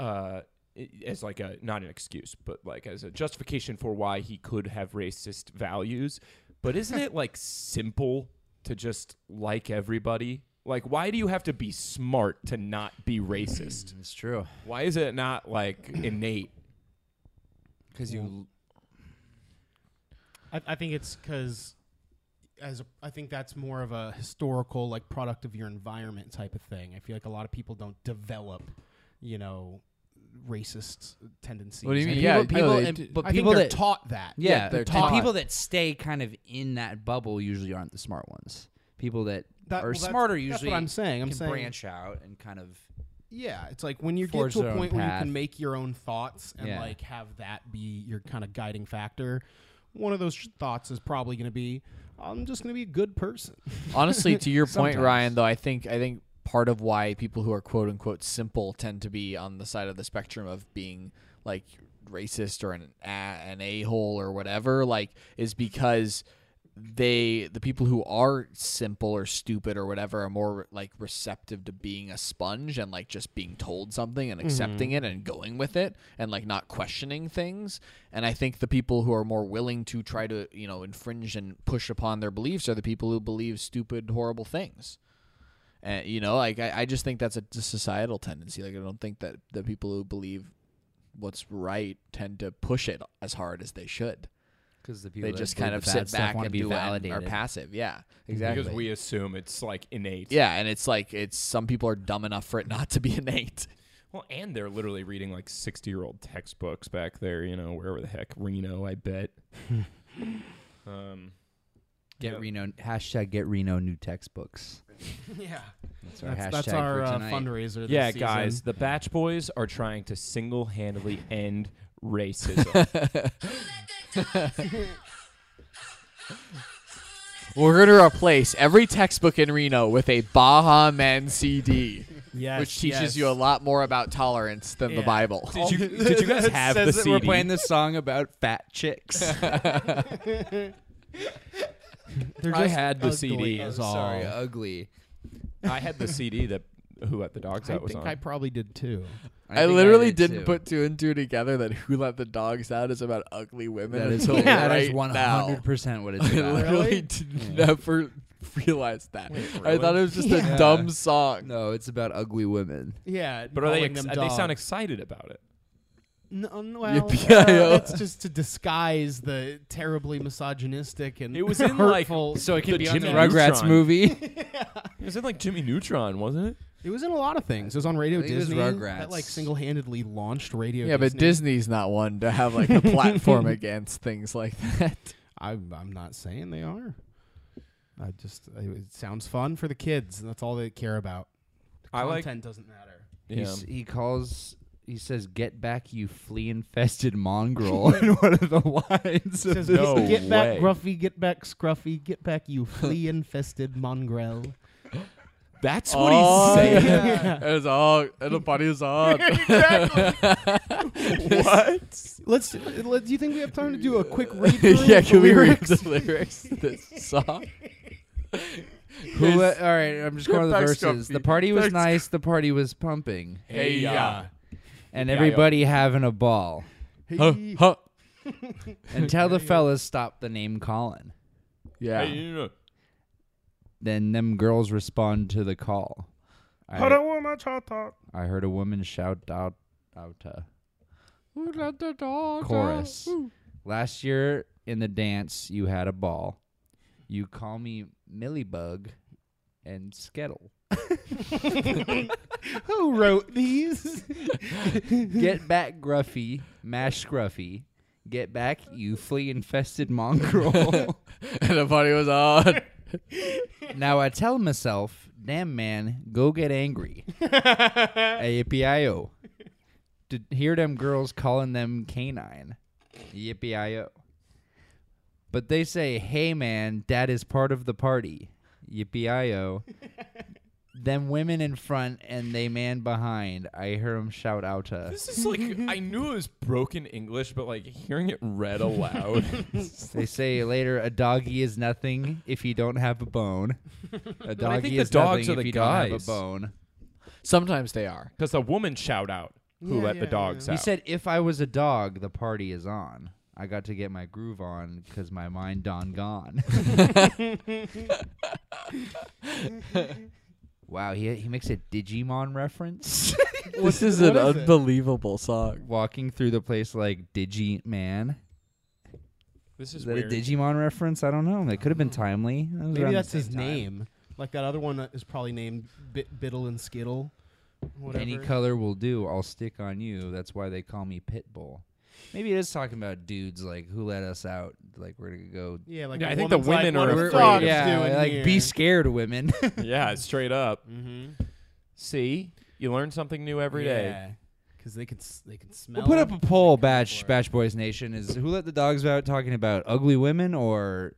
[SPEAKER 1] uh i- as like a not an excuse, but like as a justification for why he could have racist values. But isn't it like simple to just like everybody? Like why do you have to be smart to not be racist?
[SPEAKER 4] It's true
[SPEAKER 1] Why is it not like innate?
[SPEAKER 4] because you
[SPEAKER 3] I, I think it's because as a, I think that's more of a historical like product of your environment type of thing. I feel like a lot of people don't develop, you know, racist tendencies.
[SPEAKER 2] What do you
[SPEAKER 3] And
[SPEAKER 2] mean?
[SPEAKER 3] people-
[SPEAKER 2] Yeah,
[SPEAKER 4] people,
[SPEAKER 2] no, they
[SPEAKER 4] and-
[SPEAKER 2] d-
[SPEAKER 4] but
[SPEAKER 3] I
[SPEAKER 4] people
[SPEAKER 3] think they're
[SPEAKER 4] that
[SPEAKER 3] taught that.
[SPEAKER 4] Yeah,
[SPEAKER 2] Yeah, they're
[SPEAKER 4] and
[SPEAKER 2] taught.
[SPEAKER 4] people that stay kind of in that bubble usually aren't the smmt ones. People that,
[SPEAKER 3] That-
[SPEAKER 4] are
[SPEAKER 3] well, that's-
[SPEAKER 4] smarter
[SPEAKER 3] that's
[SPEAKER 4] usually
[SPEAKER 3] what I'm saying. I'm
[SPEAKER 4] can
[SPEAKER 3] saying
[SPEAKER 4] branch out and kind of.
[SPEAKER 3] Yeah, it's like when you get
[SPEAKER 4] forge
[SPEAKER 3] to
[SPEAKER 4] their
[SPEAKER 3] a
[SPEAKER 4] own
[SPEAKER 3] point where you
[SPEAKER 4] path.
[SPEAKER 3] can make your own thoughts and
[SPEAKER 4] Yeah.
[SPEAKER 3] like have that be your kind of guiding factor. One of those sh- thoughts is probably going to be, "I'm just going to be a good person."
[SPEAKER 2] Honestly, to your point,
[SPEAKER 4] Sometimes.
[SPEAKER 2] Ryan, though, I think I think part of why people who are quote unquote simple tend to be on the side of the spectrum of being like racist or an a- an a hole or whatever, like, is because they the people who are simple or stupid or whatever are more like receptive to being a sponge and like just being told something and accepting it and going with it and like not questioning things and i think the people who are more willing to try to you know infringe and push upon their beliefs are the people who believe stupid horrible things and you know like i, I just think that's a just societal tendency like i don't think that the people who believe what's right tend to push it as hard as they should
[SPEAKER 4] Because the people
[SPEAKER 2] they
[SPEAKER 4] that
[SPEAKER 2] just
[SPEAKER 4] do
[SPEAKER 2] kind
[SPEAKER 4] the
[SPEAKER 2] of
[SPEAKER 4] bad
[SPEAKER 2] sit
[SPEAKER 4] stuff
[SPEAKER 2] back
[SPEAKER 4] wanna
[SPEAKER 2] and
[SPEAKER 4] be
[SPEAKER 2] do it and are
[SPEAKER 4] validated.
[SPEAKER 2] passive. Yeah, exactly.
[SPEAKER 1] Because we assume it's like innate.
[SPEAKER 2] yeah, and it's like it's some people are dumb enough for it not to be innate.
[SPEAKER 1] Well, and they're literally reading like 60 year old textbooks back there, you know, wherever the heck, Reno, I bet. um,
[SPEAKER 4] Get
[SPEAKER 1] Yeah.
[SPEAKER 4] Reno hashtag Get Reno new textbooks.
[SPEAKER 3] yeah,
[SPEAKER 4] That's our
[SPEAKER 3] that's,
[SPEAKER 4] hashtag
[SPEAKER 3] that's our
[SPEAKER 4] for
[SPEAKER 3] uh,
[SPEAKER 4] tonight.
[SPEAKER 3] fundraiser. this
[SPEAKER 1] yeah,
[SPEAKER 3] season.
[SPEAKER 1] guys, the Batch Boys are trying to single handedly end racism.
[SPEAKER 2] We're gonna replace every textbook in Reno with a Baha Men CD,
[SPEAKER 3] Yes,
[SPEAKER 2] which teaches
[SPEAKER 3] yes.
[SPEAKER 2] you a lot more about tolerance than the
[SPEAKER 3] Yeah.
[SPEAKER 2] Bible.
[SPEAKER 1] did, you, did you guys have the
[SPEAKER 4] Says that
[SPEAKER 1] CD?
[SPEAKER 4] We're playing this song about fat chicks.
[SPEAKER 3] They're
[SPEAKER 1] I
[SPEAKER 3] just
[SPEAKER 1] had the
[SPEAKER 3] ugly
[SPEAKER 1] CD.
[SPEAKER 3] as
[SPEAKER 1] Oh,
[SPEAKER 3] all.
[SPEAKER 4] Sorry, ugly.
[SPEAKER 1] I had the CD that Who Let the Dogs
[SPEAKER 3] I
[SPEAKER 1] Out was
[SPEAKER 3] think
[SPEAKER 1] on.
[SPEAKER 3] I probably did too.
[SPEAKER 2] I, literally
[SPEAKER 4] did
[SPEAKER 2] didn't
[SPEAKER 4] too.
[SPEAKER 2] put two and two together that Who Let the Dogs Out is about ugly women
[SPEAKER 4] That is
[SPEAKER 2] until
[SPEAKER 4] that
[SPEAKER 2] right
[SPEAKER 4] is one
[SPEAKER 2] now.
[SPEAKER 4] hundred percent what it's
[SPEAKER 2] I
[SPEAKER 4] about.
[SPEAKER 2] literally did never realize that. I
[SPEAKER 1] really?
[SPEAKER 2] thought it was just
[SPEAKER 4] Yeah.
[SPEAKER 2] a dumb song.
[SPEAKER 4] no, it's about ugly women.
[SPEAKER 3] Yeah,
[SPEAKER 1] but are they,
[SPEAKER 3] calling
[SPEAKER 1] ex- uh,
[SPEAKER 3] them
[SPEAKER 1] they sound
[SPEAKER 3] dogs.
[SPEAKER 1] excited about it.
[SPEAKER 3] No, um, well,
[SPEAKER 2] PIO.
[SPEAKER 3] uh, that's just to disguise the terribly misogynistic and
[SPEAKER 1] It was in, like,
[SPEAKER 3] hurtful.
[SPEAKER 1] So it could
[SPEAKER 3] the
[SPEAKER 1] be on the
[SPEAKER 3] Jimmy-
[SPEAKER 1] Neutron.
[SPEAKER 4] Rugrats movie.
[SPEAKER 1] It was in like Jimmy Neutron, wasn't it?
[SPEAKER 3] It was in a lot of things. It was on Radio
[SPEAKER 4] I think it was
[SPEAKER 3] Disney.
[SPEAKER 4] Rugrats.
[SPEAKER 3] That like single-handedly launched Radio.
[SPEAKER 2] Yeah,
[SPEAKER 3] Disney.
[SPEAKER 2] but Disney's not one to have like a platform against things like that.
[SPEAKER 3] I, I'm not saying they are. I just I- it sounds fun for the kids. and That's all they care about.
[SPEAKER 1] I like.
[SPEAKER 3] Content doesn't matter.
[SPEAKER 1] Yeah.
[SPEAKER 4] He's, he calls. He says, "Get back, you flea-infested mongrel." in one of the lines.
[SPEAKER 3] It
[SPEAKER 4] Of
[SPEAKER 3] says,
[SPEAKER 4] this-
[SPEAKER 1] no
[SPEAKER 3] get back,
[SPEAKER 1] Oh, way.
[SPEAKER 3] Gruffy. Get back, Scruffy. Get back, you flea-infested mongrel.
[SPEAKER 1] That's what he's saying.
[SPEAKER 2] It was all, and the party was on.
[SPEAKER 3] exactly.
[SPEAKER 1] what?
[SPEAKER 3] Let's. Let, do you think we have time to do a quick read?
[SPEAKER 2] yeah, can we read
[SPEAKER 3] lyrics?
[SPEAKER 2] the lyrics to this song?
[SPEAKER 4] Who, all right, I'm just going to the
[SPEAKER 2] Thanks,
[SPEAKER 4] verses. The
[SPEAKER 2] Grumpy.
[SPEAKER 4] party was
[SPEAKER 2] Thanks,
[SPEAKER 4] nice. The party was pumping,
[SPEAKER 2] Hey, ya.
[SPEAKER 4] and
[SPEAKER 1] Yeah, yo.
[SPEAKER 4] everybody having a ball.
[SPEAKER 2] Huh,
[SPEAKER 3] Hey,
[SPEAKER 2] huh.
[SPEAKER 4] And tell the fellas stop the name calling.
[SPEAKER 2] Yeah.
[SPEAKER 4] Then them girls respond to the call. I,
[SPEAKER 3] Hold on, my child talk.
[SPEAKER 4] I heard a woman shout out, out uh, chorus. Last year in the dance, you had a ball. You call me Millibug and Skittle.
[SPEAKER 3] Who wrote these?
[SPEAKER 4] Get back, Gruffy. Mash Scruffy. Get back, you flea infested mongrel.
[SPEAKER 2] and the party was on.
[SPEAKER 4] now I tell myself, damn man, go get angry. Yippee-i-o. To hear them girls calling them canine. Yippee-i-o. But they say, hey man, that is part of the party. Yippee-i-o. them women in front and they man behind. I hear them shout out to.
[SPEAKER 1] This is like I knew it was broken English, but like hearing it read aloud.
[SPEAKER 4] They say later, a doggy is nothing if you don't have a bone. A
[SPEAKER 1] I think
[SPEAKER 4] doggy
[SPEAKER 1] the
[SPEAKER 4] is
[SPEAKER 1] dogs are
[SPEAKER 4] nothing if
[SPEAKER 1] the
[SPEAKER 4] you don't have
[SPEAKER 1] guys.
[SPEAKER 4] a bone.
[SPEAKER 2] Sometimes they are.
[SPEAKER 1] Because the woman shout out who
[SPEAKER 3] Yeah,
[SPEAKER 1] let the
[SPEAKER 3] yeah,
[SPEAKER 1] dogs
[SPEAKER 3] yeah.
[SPEAKER 1] out.
[SPEAKER 4] He said, "If I was a dog, the party is on. I got to get my groove on because my mind done gone." wow, he he makes a Digimon reference.
[SPEAKER 2] this is
[SPEAKER 3] what
[SPEAKER 2] an
[SPEAKER 3] is it?
[SPEAKER 2] unbelievable song.
[SPEAKER 4] Walking through the place like Digiman.
[SPEAKER 1] "This
[SPEAKER 4] Is
[SPEAKER 1] is
[SPEAKER 4] that
[SPEAKER 1] weird." Oh.
[SPEAKER 4] a Digimon reference? I don't know. That could have been timely. That was
[SPEAKER 3] Maybe
[SPEAKER 4] around the
[SPEAKER 3] that's
[SPEAKER 4] same
[SPEAKER 3] his
[SPEAKER 4] time.
[SPEAKER 3] name. Like that other one that is probably named Bit- Biddle and Skittle. Whatever.
[SPEAKER 4] Any color will do. I'll stick on you. That's why they call me Pitbull. Maybe it is talking about dudes like who let us out. Like we're gonna go.
[SPEAKER 3] Yeah, like
[SPEAKER 1] Yeah,
[SPEAKER 3] a
[SPEAKER 1] I think the
[SPEAKER 3] woman's like,
[SPEAKER 1] women
[SPEAKER 3] "What
[SPEAKER 1] are
[SPEAKER 3] the
[SPEAKER 1] afraid
[SPEAKER 3] dog's
[SPEAKER 1] of-
[SPEAKER 4] yeah,
[SPEAKER 3] doing
[SPEAKER 4] like
[SPEAKER 3] here."
[SPEAKER 4] be scared, women.
[SPEAKER 1] yeah, straight up.
[SPEAKER 3] Mhm.
[SPEAKER 1] See, you learn something new every day.
[SPEAKER 3] Because they can s- they can smell.
[SPEAKER 4] We'll put up
[SPEAKER 3] them.
[SPEAKER 4] a poll,
[SPEAKER 3] for
[SPEAKER 4] Batch
[SPEAKER 3] it.
[SPEAKER 4] Batch Boys Nation. Is who let the dogs out talking about ugly women or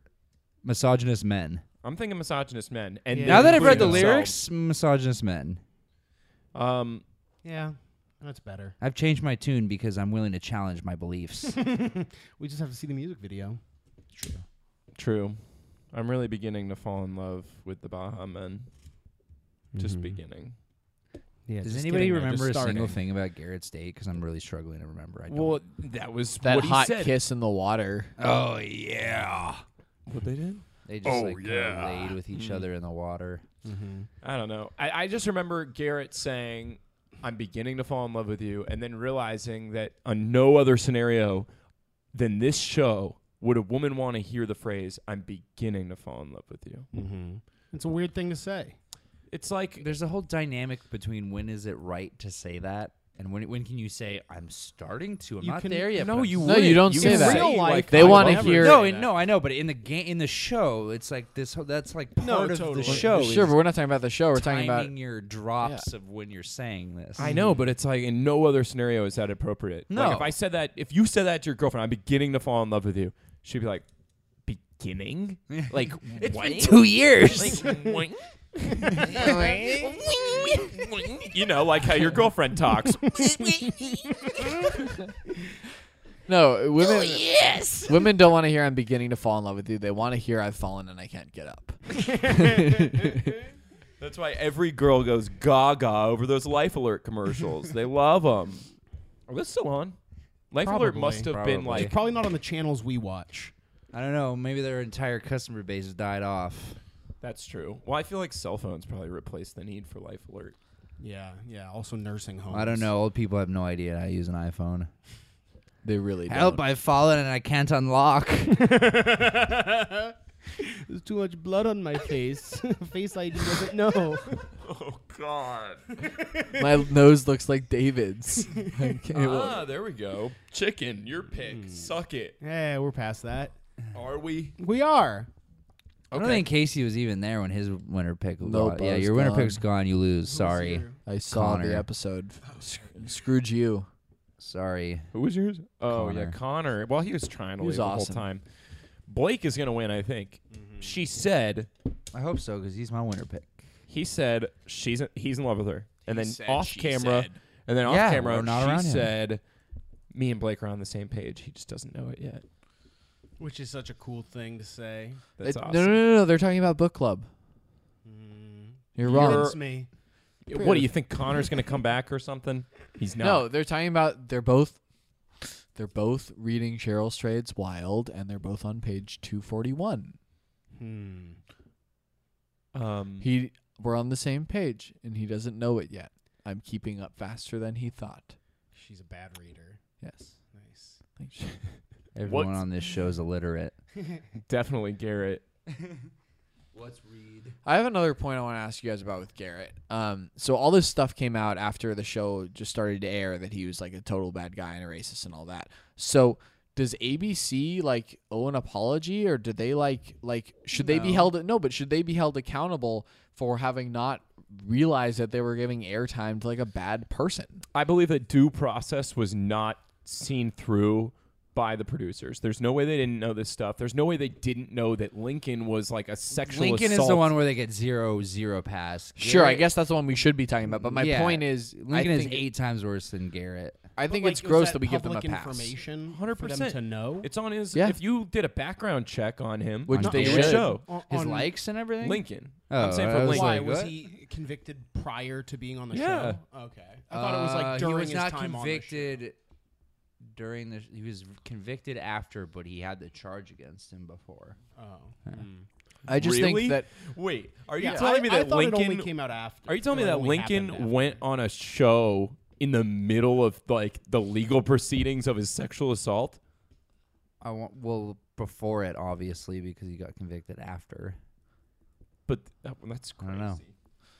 [SPEAKER 4] misogynist men?
[SPEAKER 1] I'm thinking misogynist men. And
[SPEAKER 3] Yeah.
[SPEAKER 1] they
[SPEAKER 4] now that I've read
[SPEAKER 1] include
[SPEAKER 4] the
[SPEAKER 1] themselves.
[SPEAKER 4] lyrics, misogynist men.
[SPEAKER 1] um,
[SPEAKER 3] yeah, that's better.
[SPEAKER 4] I've changed my tune because I'm willing to challenge my beliefs.
[SPEAKER 3] We just have to see the music video.
[SPEAKER 1] true. I'm really beginning to fall in love with the Baha Men. Just beginning.
[SPEAKER 3] Yeah.
[SPEAKER 4] Does anybody remember a single thing about Garrett's date? Because I'm really struggling to remember. I don't.
[SPEAKER 1] Well, that was
[SPEAKER 2] That
[SPEAKER 1] what
[SPEAKER 2] hot
[SPEAKER 1] he said.
[SPEAKER 2] kiss in the water.
[SPEAKER 4] oh yeah,
[SPEAKER 1] What they did?
[SPEAKER 4] they just
[SPEAKER 1] Oh,
[SPEAKER 4] like kinda
[SPEAKER 1] yeah.
[SPEAKER 4] laid with
[SPEAKER 3] Mm-hmm.
[SPEAKER 4] each other in the water.
[SPEAKER 1] I don't know. I, I just remember Garrett saying, I'm beginning to fall in love with you, and then realizing that on no other scenario than this show would a woman want to hear the phrase, I'm beginning to fall in love with you.
[SPEAKER 3] Mm-hmm. It's a weird thing to say.
[SPEAKER 1] It's like,
[SPEAKER 4] There's a whole dynamic between when is it right to say that. And when, when can you say I'm starting to? I'm
[SPEAKER 3] You
[SPEAKER 4] not
[SPEAKER 3] can-
[SPEAKER 4] there yet.
[SPEAKER 1] no,
[SPEAKER 4] but I'm
[SPEAKER 1] you
[SPEAKER 2] No,
[SPEAKER 1] wouldn't.
[SPEAKER 2] you don't
[SPEAKER 1] You
[SPEAKER 2] say
[SPEAKER 1] would
[SPEAKER 2] that.
[SPEAKER 3] Real life,
[SPEAKER 1] like,
[SPEAKER 2] They
[SPEAKER 1] I
[SPEAKER 2] wanna
[SPEAKER 1] love you.
[SPEAKER 2] hear-
[SPEAKER 4] No,
[SPEAKER 2] in
[SPEAKER 4] in, no, I know, but in the game, in the show, it's like this. Whole, that's like part
[SPEAKER 3] No,
[SPEAKER 4] of
[SPEAKER 3] totally.
[SPEAKER 4] the show.
[SPEAKER 2] sure,
[SPEAKER 4] is
[SPEAKER 2] but we're not talking about the show. We're talking
[SPEAKER 4] timing
[SPEAKER 2] about
[SPEAKER 4] your drops of when you're saying this.
[SPEAKER 1] I know, but it's like in no other scenario is that appropriate.
[SPEAKER 4] No.
[SPEAKER 1] Like if I said that, if you said that to your girlfriend, I'm beginning to fall in love with you, she'd be like, beginning? Like, it's what?
[SPEAKER 4] two years.
[SPEAKER 1] you know, like how your girlfriend talks.
[SPEAKER 2] no women. yes, women don't want to hear "I'm beginning to fall in love with you." They want to hear "I've fallen and I can't get up."
[SPEAKER 1] That's why every girl goes gaga over those Life Alert commercials. they love them. Are this still on? Life Alert
[SPEAKER 3] Probably.
[SPEAKER 1] must have been
[SPEAKER 4] Probably.
[SPEAKER 1] like.
[SPEAKER 3] Probably not on the channels we watch.
[SPEAKER 4] I don't know. Maybe their entire customer base has died off.
[SPEAKER 1] That's true. Well, I feel like cell phones probably replaced the need for Life Alert.
[SPEAKER 3] Yeah, yeah. Also nursing homes.
[SPEAKER 4] I don't know. Old people have no idea how to use an iPhone.
[SPEAKER 2] They really
[SPEAKER 4] Help!
[SPEAKER 2] don't.
[SPEAKER 4] I've fallen and I can't unlock.
[SPEAKER 3] There's too much blood on my face. face ID doesn't know.
[SPEAKER 1] Oh God!
[SPEAKER 2] My nose looks like David's. I can't-
[SPEAKER 1] Ah, there we go. Chicken, your pick. Suck it.
[SPEAKER 3] yeah, we're past that.
[SPEAKER 1] Are we?
[SPEAKER 3] We are.
[SPEAKER 4] I don't think Casey was even there when his winner pick was
[SPEAKER 2] Nope,
[SPEAKER 4] gone.
[SPEAKER 2] I
[SPEAKER 4] Yeah,
[SPEAKER 2] was
[SPEAKER 4] your winner
[SPEAKER 2] gone.
[SPEAKER 4] pick's gone. You lose. Sorry.
[SPEAKER 2] I saw
[SPEAKER 4] Connor.
[SPEAKER 2] the episode. Sc- Scrooge you.
[SPEAKER 4] Sorry.
[SPEAKER 1] Who was yours? Oh yeah,
[SPEAKER 4] Connor.
[SPEAKER 1] Connor. Well, he was trying to
[SPEAKER 2] He was
[SPEAKER 1] leave
[SPEAKER 2] awesome.
[SPEAKER 1] the whole time. Blake is gonna win, I think. She said.
[SPEAKER 4] I hope so because he's my winner pick.
[SPEAKER 1] He said she's he's in love with her, and
[SPEAKER 2] He
[SPEAKER 1] then
[SPEAKER 2] said,
[SPEAKER 1] off
[SPEAKER 2] she
[SPEAKER 1] camera,
[SPEAKER 2] said.
[SPEAKER 1] and then off
[SPEAKER 4] Yeah,
[SPEAKER 1] camera,
[SPEAKER 4] we're not
[SPEAKER 1] she
[SPEAKER 4] around him.
[SPEAKER 1] said, me and Blake are on the same page. He just doesn't know it yet.
[SPEAKER 3] Which is such a cool thing to say.
[SPEAKER 1] That's
[SPEAKER 2] It-
[SPEAKER 1] awesome.
[SPEAKER 2] No, no, no, no. They're talking about book club.
[SPEAKER 3] Mm.
[SPEAKER 2] You're wrong.
[SPEAKER 1] You're-
[SPEAKER 3] Convince me.
[SPEAKER 1] What do you think Connor's going to come back or something? He's not.
[SPEAKER 2] No, they're talking about they're both they're both reading Cheryl Strayed's Wild, and they're both on page two forty one.
[SPEAKER 3] Hmm.
[SPEAKER 1] Um,
[SPEAKER 2] He we're on the same page, and he doesn't know it yet. I'm keeping up faster than he thought.
[SPEAKER 3] She's a bad reader.
[SPEAKER 2] Yes.
[SPEAKER 3] Nice.
[SPEAKER 2] Thank you.
[SPEAKER 4] Everyone
[SPEAKER 1] What's-
[SPEAKER 4] on this show is illiterate.
[SPEAKER 1] definitely Garrett.
[SPEAKER 4] Let's read.
[SPEAKER 2] I have another point I want to ask you guys about with Garrett. Um, so all this stuff came out after the show just started to air that he was like a total bad guy and a racist and all that. So does ABC like owe an apology or do they like like should they be
[SPEAKER 4] No.
[SPEAKER 2] held no, but should they be held accountable for having not realized that they were giving airtime to like a bad person?
[SPEAKER 1] I believe that due process was not seen through by the producers. There's no way they didn't know this stuff. There's no way they didn't know that Lincoln was like a sexual
[SPEAKER 4] Lincoln
[SPEAKER 1] assault.
[SPEAKER 4] is the one where they get zero zero pass.
[SPEAKER 2] Sure, I
[SPEAKER 4] Garrett-
[SPEAKER 2] guess that's the one we should be talking about. But my
[SPEAKER 4] Yeah.
[SPEAKER 2] point is
[SPEAKER 4] Lincoln
[SPEAKER 2] I
[SPEAKER 4] is
[SPEAKER 2] think,
[SPEAKER 4] eight times worse than Garrett.
[SPEAKER 2] I think
[SPEAKER 3] But,
[SPEAKER 2] it's
[SPEAKER 3] like, was
[SPEAKER 2] gross that we give them a
[SPEAKER 3] public
[SPEAKER 2] pass.
[SPEAKER 3] Information,
[SPEAKER 1] 100%.
[SPEAKER 3] for them to know.
[SPEAKER 1] It's on his.
[SPEAKER 2] Yeah.
[SPEAKER 1] If you did a background check on him,
[SPEAKER 2] Which
[SPEAKER 1] on
[SPEAKER 4] they
[SPEAKER 1] the
[SPEAKER 4] should.
[SPEAKER 1] Show,
[SPEAKER 3] On-
[SPEAKER 4] His
[SPEAKER 3] on-
[SPEAKER 4] likes and everything.
[SPEAKER 1] Lincoln.
[SPEAKER 4] Oh,
[SPEAKER 1] I'm saying
[SPEAKER 4] I
[SPEAKER 1] for
[SPEAKER 4] was
[SPEAKER 1] Lincoln.
[SPEAKER 3] Why
[SPEAKER 4] like,
[SPEAKER 3] was
[SPEAKER 4] what?
[SPEAKER 3] he convicted prior to being on the
[SPEAKER 1] Yeah.
[SPEAKER 3] show? Okay, I thought it was
[SPEAKER 4] Uh,
[SPEAKER 3] like during
[SPEAKER 4] he was
[SPEAKER 3] his
[SPEAKER 4] not
[SPEAKER 3] time
[SPEAKER 4] convicted during the. He was convicted after, but he had the charge against him before.
[SPEAKER 3] on the show. Oh, hmm.
[SPEAKER 2] I just
[SPEAKER 1] Really?
[SPEAKER 2] think that
[SPEAKER 1] Wait, are you
[SPEAKER 3] Yeah,
[SPEAKER 1] telling
[SPEAKER 3] I-
[SPEAKER 1] me
[SPEAKER 3] I
[SPEAKER 1] that
[SPEAKER 3] thought it only
[SPEAKER 1] Lincoln?
[SPEAKER 3] came out after?
[SPEAKER 1] Are you telling me
[SPEAKER 3] or it
[SPEAKER 1] that
[SPEAKER 3] only happened
[SPEAKER 1] Lincoln
[SPEAKER 3] after.
[SPEAKER 1] went on a show in the middle of like the legal proceedings of his sexual assault?
[SPEAKER 4] I want well before it obviously because he got convicted after.
[SPEAKER 1] But that, that's
[SPEAKER 4] I
[SPEAKER 1] crazy.
[SPEAKER 4] don't know.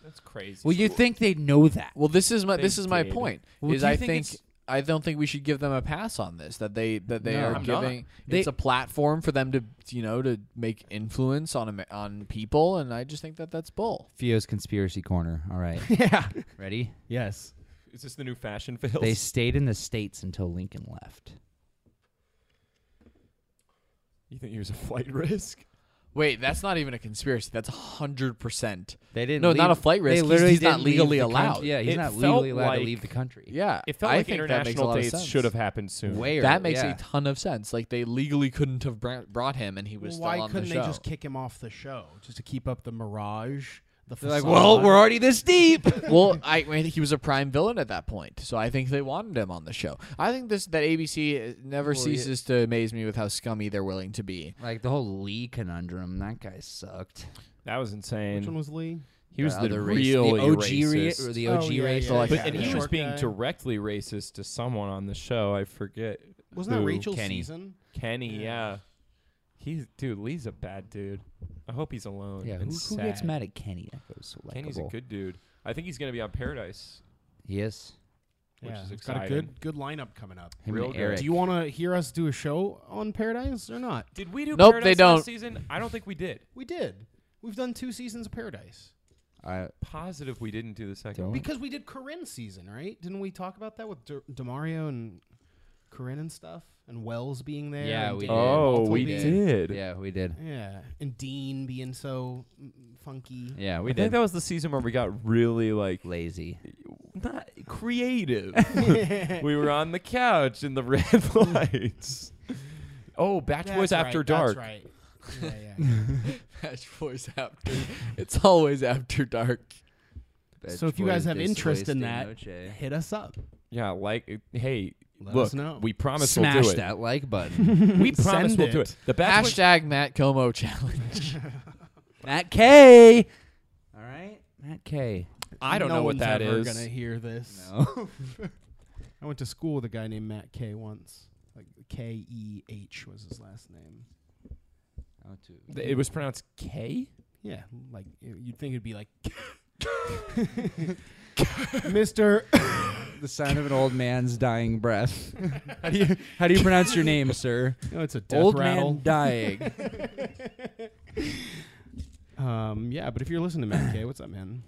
[SPEAKER 1] That's crazy.
[SPEAKER 4] Well, you think they'd know that?
[SPEAKER 2] Well, this is my
[SPEAKER 1] They
[SPEAKER 2] this is my
[SPEAKER 1] did.
[SPEAKER 2] point.
[SPEAKER 4] Well,
[SPEAKER 2] is
[SPEAKER 4] do you
[SPEAKER 2] I
[SPEAKER 4] think
[SPEAKER 2] think,
[SPEAKER 4] it's-
[SPEAKER 2] I don't think we should give them a pass on this. That they that they
[SPEAKER 4] No,
[SPEAKER 2] are
[SPEAKER 1] I'm not.
[SPEAKER 2] giving
[SPEAKER 4] They-
[SPEAKER 2] it's a platform for them to you know to make influence on Amer- on people, and I just think that that's bull.
[SPEAKER 4] Fio's conspiracy corner. All right,
[SPEAKER 3] yeah.
[SPEAKER 4] ready?
[SPEAKER 3] Yes.
[SPEAKER 1] Is this the new fashion for Hills?
[SPEAKER 4] They stayed in the states until Lincoln left.
[SPEAKER 1] you think he was a flight risk?
[SPEAKER 2] Wait, that's not even a conspiracy. That's hundred percent.
[SPEAKER 4] They didn't.
[SPEAKER 2] No,
[SPEAKER 4] leave,
[SPEAKER 2] not a flight risk.
[SPEAKER 4] They
[SPEAKER 2] He's-
[SPEAKER 4] literally
[SPEAKER 2] he's not
[SPEAKER 4] didn't leave
[SPEAKER 2] legally
[SPEAKER 4] the country-
[SPEAKER 2] allowed.
[SPEAKER 4] Yeah, he's
[SPEAKER 1] It
[SPEAKER 4] not
[SPEAKER 1] felt
[SPEAKER 4] legally allowed to
[SPEAKER 1] like-
[SPEAKER 4] leave the country.
[SPEAKER 2] Yeah,
[SPEAKER 1] It felt
[SPEAKER 2] I
[SPEAKER 1] like
[SPEAKER 2] think
[SPEAKER 1] international
[SPEAKER 2] that makes a lot
[SPEAKER 1] dates
[SPEAKER 2] of
[SPEAKER 1] should have
[SPEAKER 2] sense.
[SPEAKER 1] happened soon.
[SPEAKER 4] Way
[SPEAKER 2] That makes
[SPEAKER 4] yeah.
[SPEAKER 2] a ton of sense. Like they legally couldn't have br- brought him, and he was
[SPEAKER 3] Well, why
[SPEAKER 2] still on
[SPEAKER 3] couldn't
[SPEAKER 2] the
[SPEAKER 3] they
[SPEAKER 2] show.
[SPEAKER 3] just kick him off the show just to keep up the mirage? The
[SPEAKER 4] They're like,
[SPEAKER 3] facade?
[SPEAKER 4] well, we're already this deep.
[SPEAKER 2] well, I, I think he was a prime villain at that point, so I think they wanted him on the show. I think this that ABC uh, never
[SPEAKER 4] yeah.
[SPEAKER 2] ceases to amaze me with how scummy they're willing to be.
[SPEAKER 4] like the whole Lee conundrum. That guy sucked.
[SPEAKER 1] That was insane.
[SPEAKER 3] Which one was Lee?
[SPEAKER 1] he was the,
[SPEAKER 2] other race- the
[SPEAKER 1] real
[SPEAKER 4] the OG
[SPEAKER 1] racist.
[SPEAKER 4] Ra- or the
[SPEAKER 3] Oh,
[SPEAKER 4] OG
[SPEAKER 3] yeah, yeah,
[SPEAKER 4] racist.
[SPEAKER 3] yeah,
[SPEAKER 2] But-
[SPEAKER 1] but
[SPEAKER 2] yeah.
[SPEAKER 1] and he
[SPEAKER 2] Short
[SPEAKER 1] was being
[SPEAKER 3] guy.
[SPEAKER 1] directly racist to someone on the show. I forget.
[SPEAKER 3] Wasn't that
[SPEAKER 1] who.
[SPEAKER 3] Rachel's
[SPEAKER 4] Kenny.
[SPEAKER 3] season?
[SPEAKER 1] Kenny,
[SPEAKER 3] Yeah.
[SPEAKER 1] yeah. He's dude, Lee's a bad dude. I hope he's alone.
[SPEAKER 4] Yeah,
[SPEAKER 1] and
[SPEAKER 4] who, who gets
[SPEAKER 1] sad.
[SPEAKER 4] mad at Kenny? That goes so
[SPEAKER 1] Kenny's a
[SPEAKER 4] likable.
[SPEAKER 1] good dude. I think he's gonna be on Paradise.
[SPEAKER 4] Yes.
[SPEAKER 1] Which is
[SPEAKER 3] it's got a
[SPEAKER 1] exciting.
[SPEAKER 3] good good lineup coming up.
[SPEAKER 4] Him
[SPEAKER 1] Real
[SPEAKER 4] and
[SPEAKER 1] good.
[SPEAKER 4] Eric.
[SPEAKER 3] Do you want to hear us do a show on Paradise or not?
[SPEAKER 1] Did we do
[SPEAKER 2] Nope,
[SPEAKER 1] Paradise
[SPEAKER 2] they
[SPEAKER 1] last
[SPEAKER 2] don't.
[SPEAKER 1] season? I don't think we did.
[SPEAKER 3] We did. We've done two seasons of Paradise
[SPEAKER 4] I,
[SPEAKER 1] Positive we didn't do the 2nd
[SPEAKER 4] Don't.
[SPEAKER 1] one.
[SPEAKER 3] because we did Corinne's season, right? Didn't we talk about that with De- Demario and Corinne and stuff, and Wells being there?
[SPEAKER 4] Yeah,
[SPEAKER 3] and
[SPEAKER 4] we
[SPEAKER 3] Dave
[SPEAKER 4] did.
[SPEAKER 1] Oh,
[SPEAKER 3] Maltby
[SPEAKER 1] we
[SPEAKER 3] being-
[SPEAKER 1] did.
[SPEAKER 4] yeah, we did.
[SPEAKER 3] Yeah, and Dean being so mm, funky.
[SPEAKER 4] Yeah, we
[SPEAKER 1] I
[SPEAKER 4] did.
[SPEAKER 1] think that was the season where we got really like
[SPEAKER 4] Lazy.
[SPEAKER 1] not creative. we were on the couch in the red lights. Oh, Batch
[SPEAKER 3] That's
[SPEAKER 1] Boys
[SPEAKER 3] right,
[SPEAKER 1] After Dark.
[SPEAKER 3] That's right. Yeah, yeah.
[SPEAKER 2] Patch Boys after. It's always after dark.
[SPEAKER 3] So if you guys have interest in that, Hit us up.
[SPEAKER 1] Yeah, like hey,
[SPEAKER 3] Let
[SPEAKER 1] look,
[SPEAKER 3] us know.
[SPEAKER 1] we promise
[SPEAKER 4] smash
[SPEAKER 1] we'll do
[SPEAKER 4] that like button.
[SPEAKER 1] it. We promise
[SPEAKER 3] Send
[SPEAKER 1] we'll do
[SPEAKER 3] it.
[SPEAKER 1] it. The Batch Boys-
[SPEAKER 2] Hashtag Matt Como challenge.
[SPEAKER 4] Matt K. All right, Matt K.
[SPEAKER 1] I don't
[SPEAKER 3] no
[SPEAKER 1] know what
[SPEAKER 3] one's
[SPEAKER 1] that
[SPEAKER 3] ever
[SPEAKER 1] is.
[SPEAKER 3] Gonna hear this.
[SPEAKER 4] No.
[SPEAKER 3] I went to school with a guy named Matt K once. Like K E H was his last name.
[SPEAKER 1] It was pronounced K.
[SPEAKER 3] Yeah, like y- you'd think it'd be like Mr.
[SPEAKER 4] the sound of an old man's dying breath. how do you how do you pronounce your name, sir?
[SPEAKER 3] No, Oh, it's a death
[SPEAKER 4] old
[SPEAKER 3] rattle.
[SPEAKER 4] man dying.
[SPEAKER 3] um, yeah, but if you're listening to Matt K, what's up, man?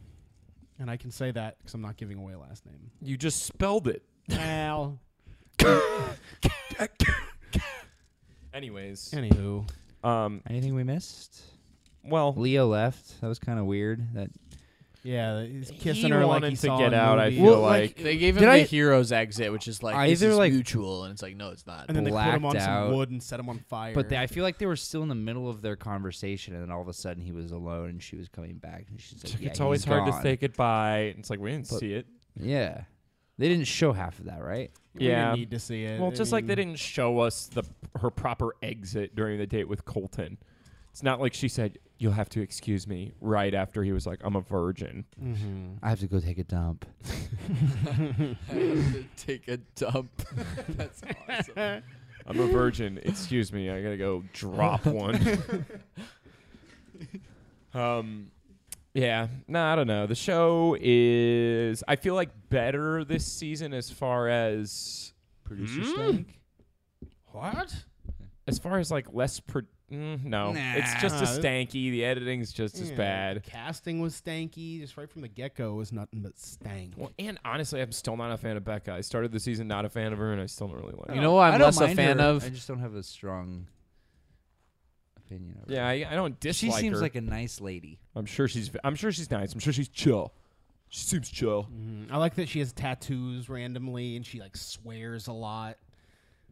[SPEAKER 3] And I can say that because I'm not giving away last name.
[SPEAKER 1] You just spelled it.
[SPEAKER 3] Well,
[SPEAKER 1] Anyways,
[SPEAKER 3] anywho,
[SPEAKER 1] um,
[SPEAKER 4] Anything we missed?
[SPEAKER 1] well,
[SPEAKER 4] Leo left. That was kind of weird. That
[SPEAKER 3] Yeah, he's
[SPEAKER 1] He
[SPEAKER 3] kissing her like
[SPEAKER 1] wanted
[SPEAKER 3] he
[SPEAKER 1] to
[SPEAKER 3] saw
[SPEAKER 1] get
[SPEAKER 3] in
[SPEAKER 1] out, I
[SPEAKER 3] movies.
[SPEAKER 1] feel
[SPEAKER 4] Well,
[SPEAKER 1] like,
[SPEAKER 4] like-
[SPEAKER 2] They gave him
[SPEAKER 4] Did
[SPEAKER 2] the
[SPEAKER 4] I-
[SPEAKER 2] hero's exit, which is like
[SPEAKER 4] I
[SPEAKER 2] this
[SPEAKER 4] either,
[SPEAKER 2] is
[SPEAKER 4] like-
[SPEAKER 2] mutual, and it's like no, it's not.
[SPEAKER 3] and then they put
[SPEAKER 4] blacked
[SPEAKER 3] him on
[SPEAKER 4] out.
[SPEAKER 3] some wood and set him on fire.
[SPEAKER 4] But they, I feel like they were still in the middle of their conversation, and then all of a sudden he was alone, and she was coming back, and she's like,
[SPEAKER 1] it's
[SPEAKER 4] yeah,
[SPEAKER 1] always
[SPEAKER 4] he's
[SPEAKER 1] hard to
[SPEAKER 4] gone."
[SPEAKER 1] say goodbye. It's like we didn't
[SPEAKER 4] But-
[SPEAKER 1] see it.
[SPEAKER 4] Yeah, they didn't show half of that, right?
[SPEAKER 3] we
[SPEAKER 1] Yeah.
[SPEAKER 3] didn't need to see it.
[SPEAKER 1] Well,
[SPEAKER 3] I
[SPEAKER 1] just like they
[SPEAKER 3] mean,
[SPEAKER 1] didn't show us the her proper exit during the date with Colton. It's not like she said, "You'll have to excuse me." Right after he was like, "I'm a virgin."
[SPEAKER 4] I have to go take a dump.
[SPEAKER 2] Take a dump. That's awesome.
[SPEAKER 1] I'm a virgin. Excuse me. I gotta go drop one. um, yeah. No, I don't know. The show is. I feel like better this season as far as
[SPEAKER 4] Producer
[SPEAKER 1] Hmm?
[SPEAKER 4] Stank.
[SPEAKER 3] What?
[SPEAKER 1] as far as like less. Pro- mm, no, it's
[SPEAKER 4] Nah.
[SPEAKER 1] just as
[SPEAKER 3] Uh,
[SPEAKER 1] stanky. The editing's just as
[SPEAKER 3] Yeah,
[SPEAKER 1] bad.
[SPEAKER 3] Casting was stanky. Just right from the get go, was nothing but stank.
[SPEAKER 1] Well, and honestly, I'm still not a fan of Becca. I started the season not a fan of her, and I still don't really like.
[SPEAKER 2] You
[SPEAKER 1] her.
[SPEAKER 2] know what
[SPEAKER 4] I
[SPEAKER 2] I'm
[SPEAKER 4] don't
[SPEAKER 2] less a
[SPEAKER 4] mind
[SPEAKER 2] fan
[SPEAKER 4] her,
[SPEAKER 2] of?
[SPEAKER 4] I just don't have a strong opinion. Of her.
[SPEAKER 1] Yeah, I, I don't
[SPEAKER 4] she
[SPEAKER 1] dislike
[SPEAKER 4] seems
[SPEAKER 1] her.
[SPEAKER 4] like a nice lady.
[SPEAKER 1] I'm sure she's. I'm sure she's nice. I'm sure she's chill. She seems chill.
[SPEAKER 3] Mhm. I like that she has tattoos randomly and she like swears a lot.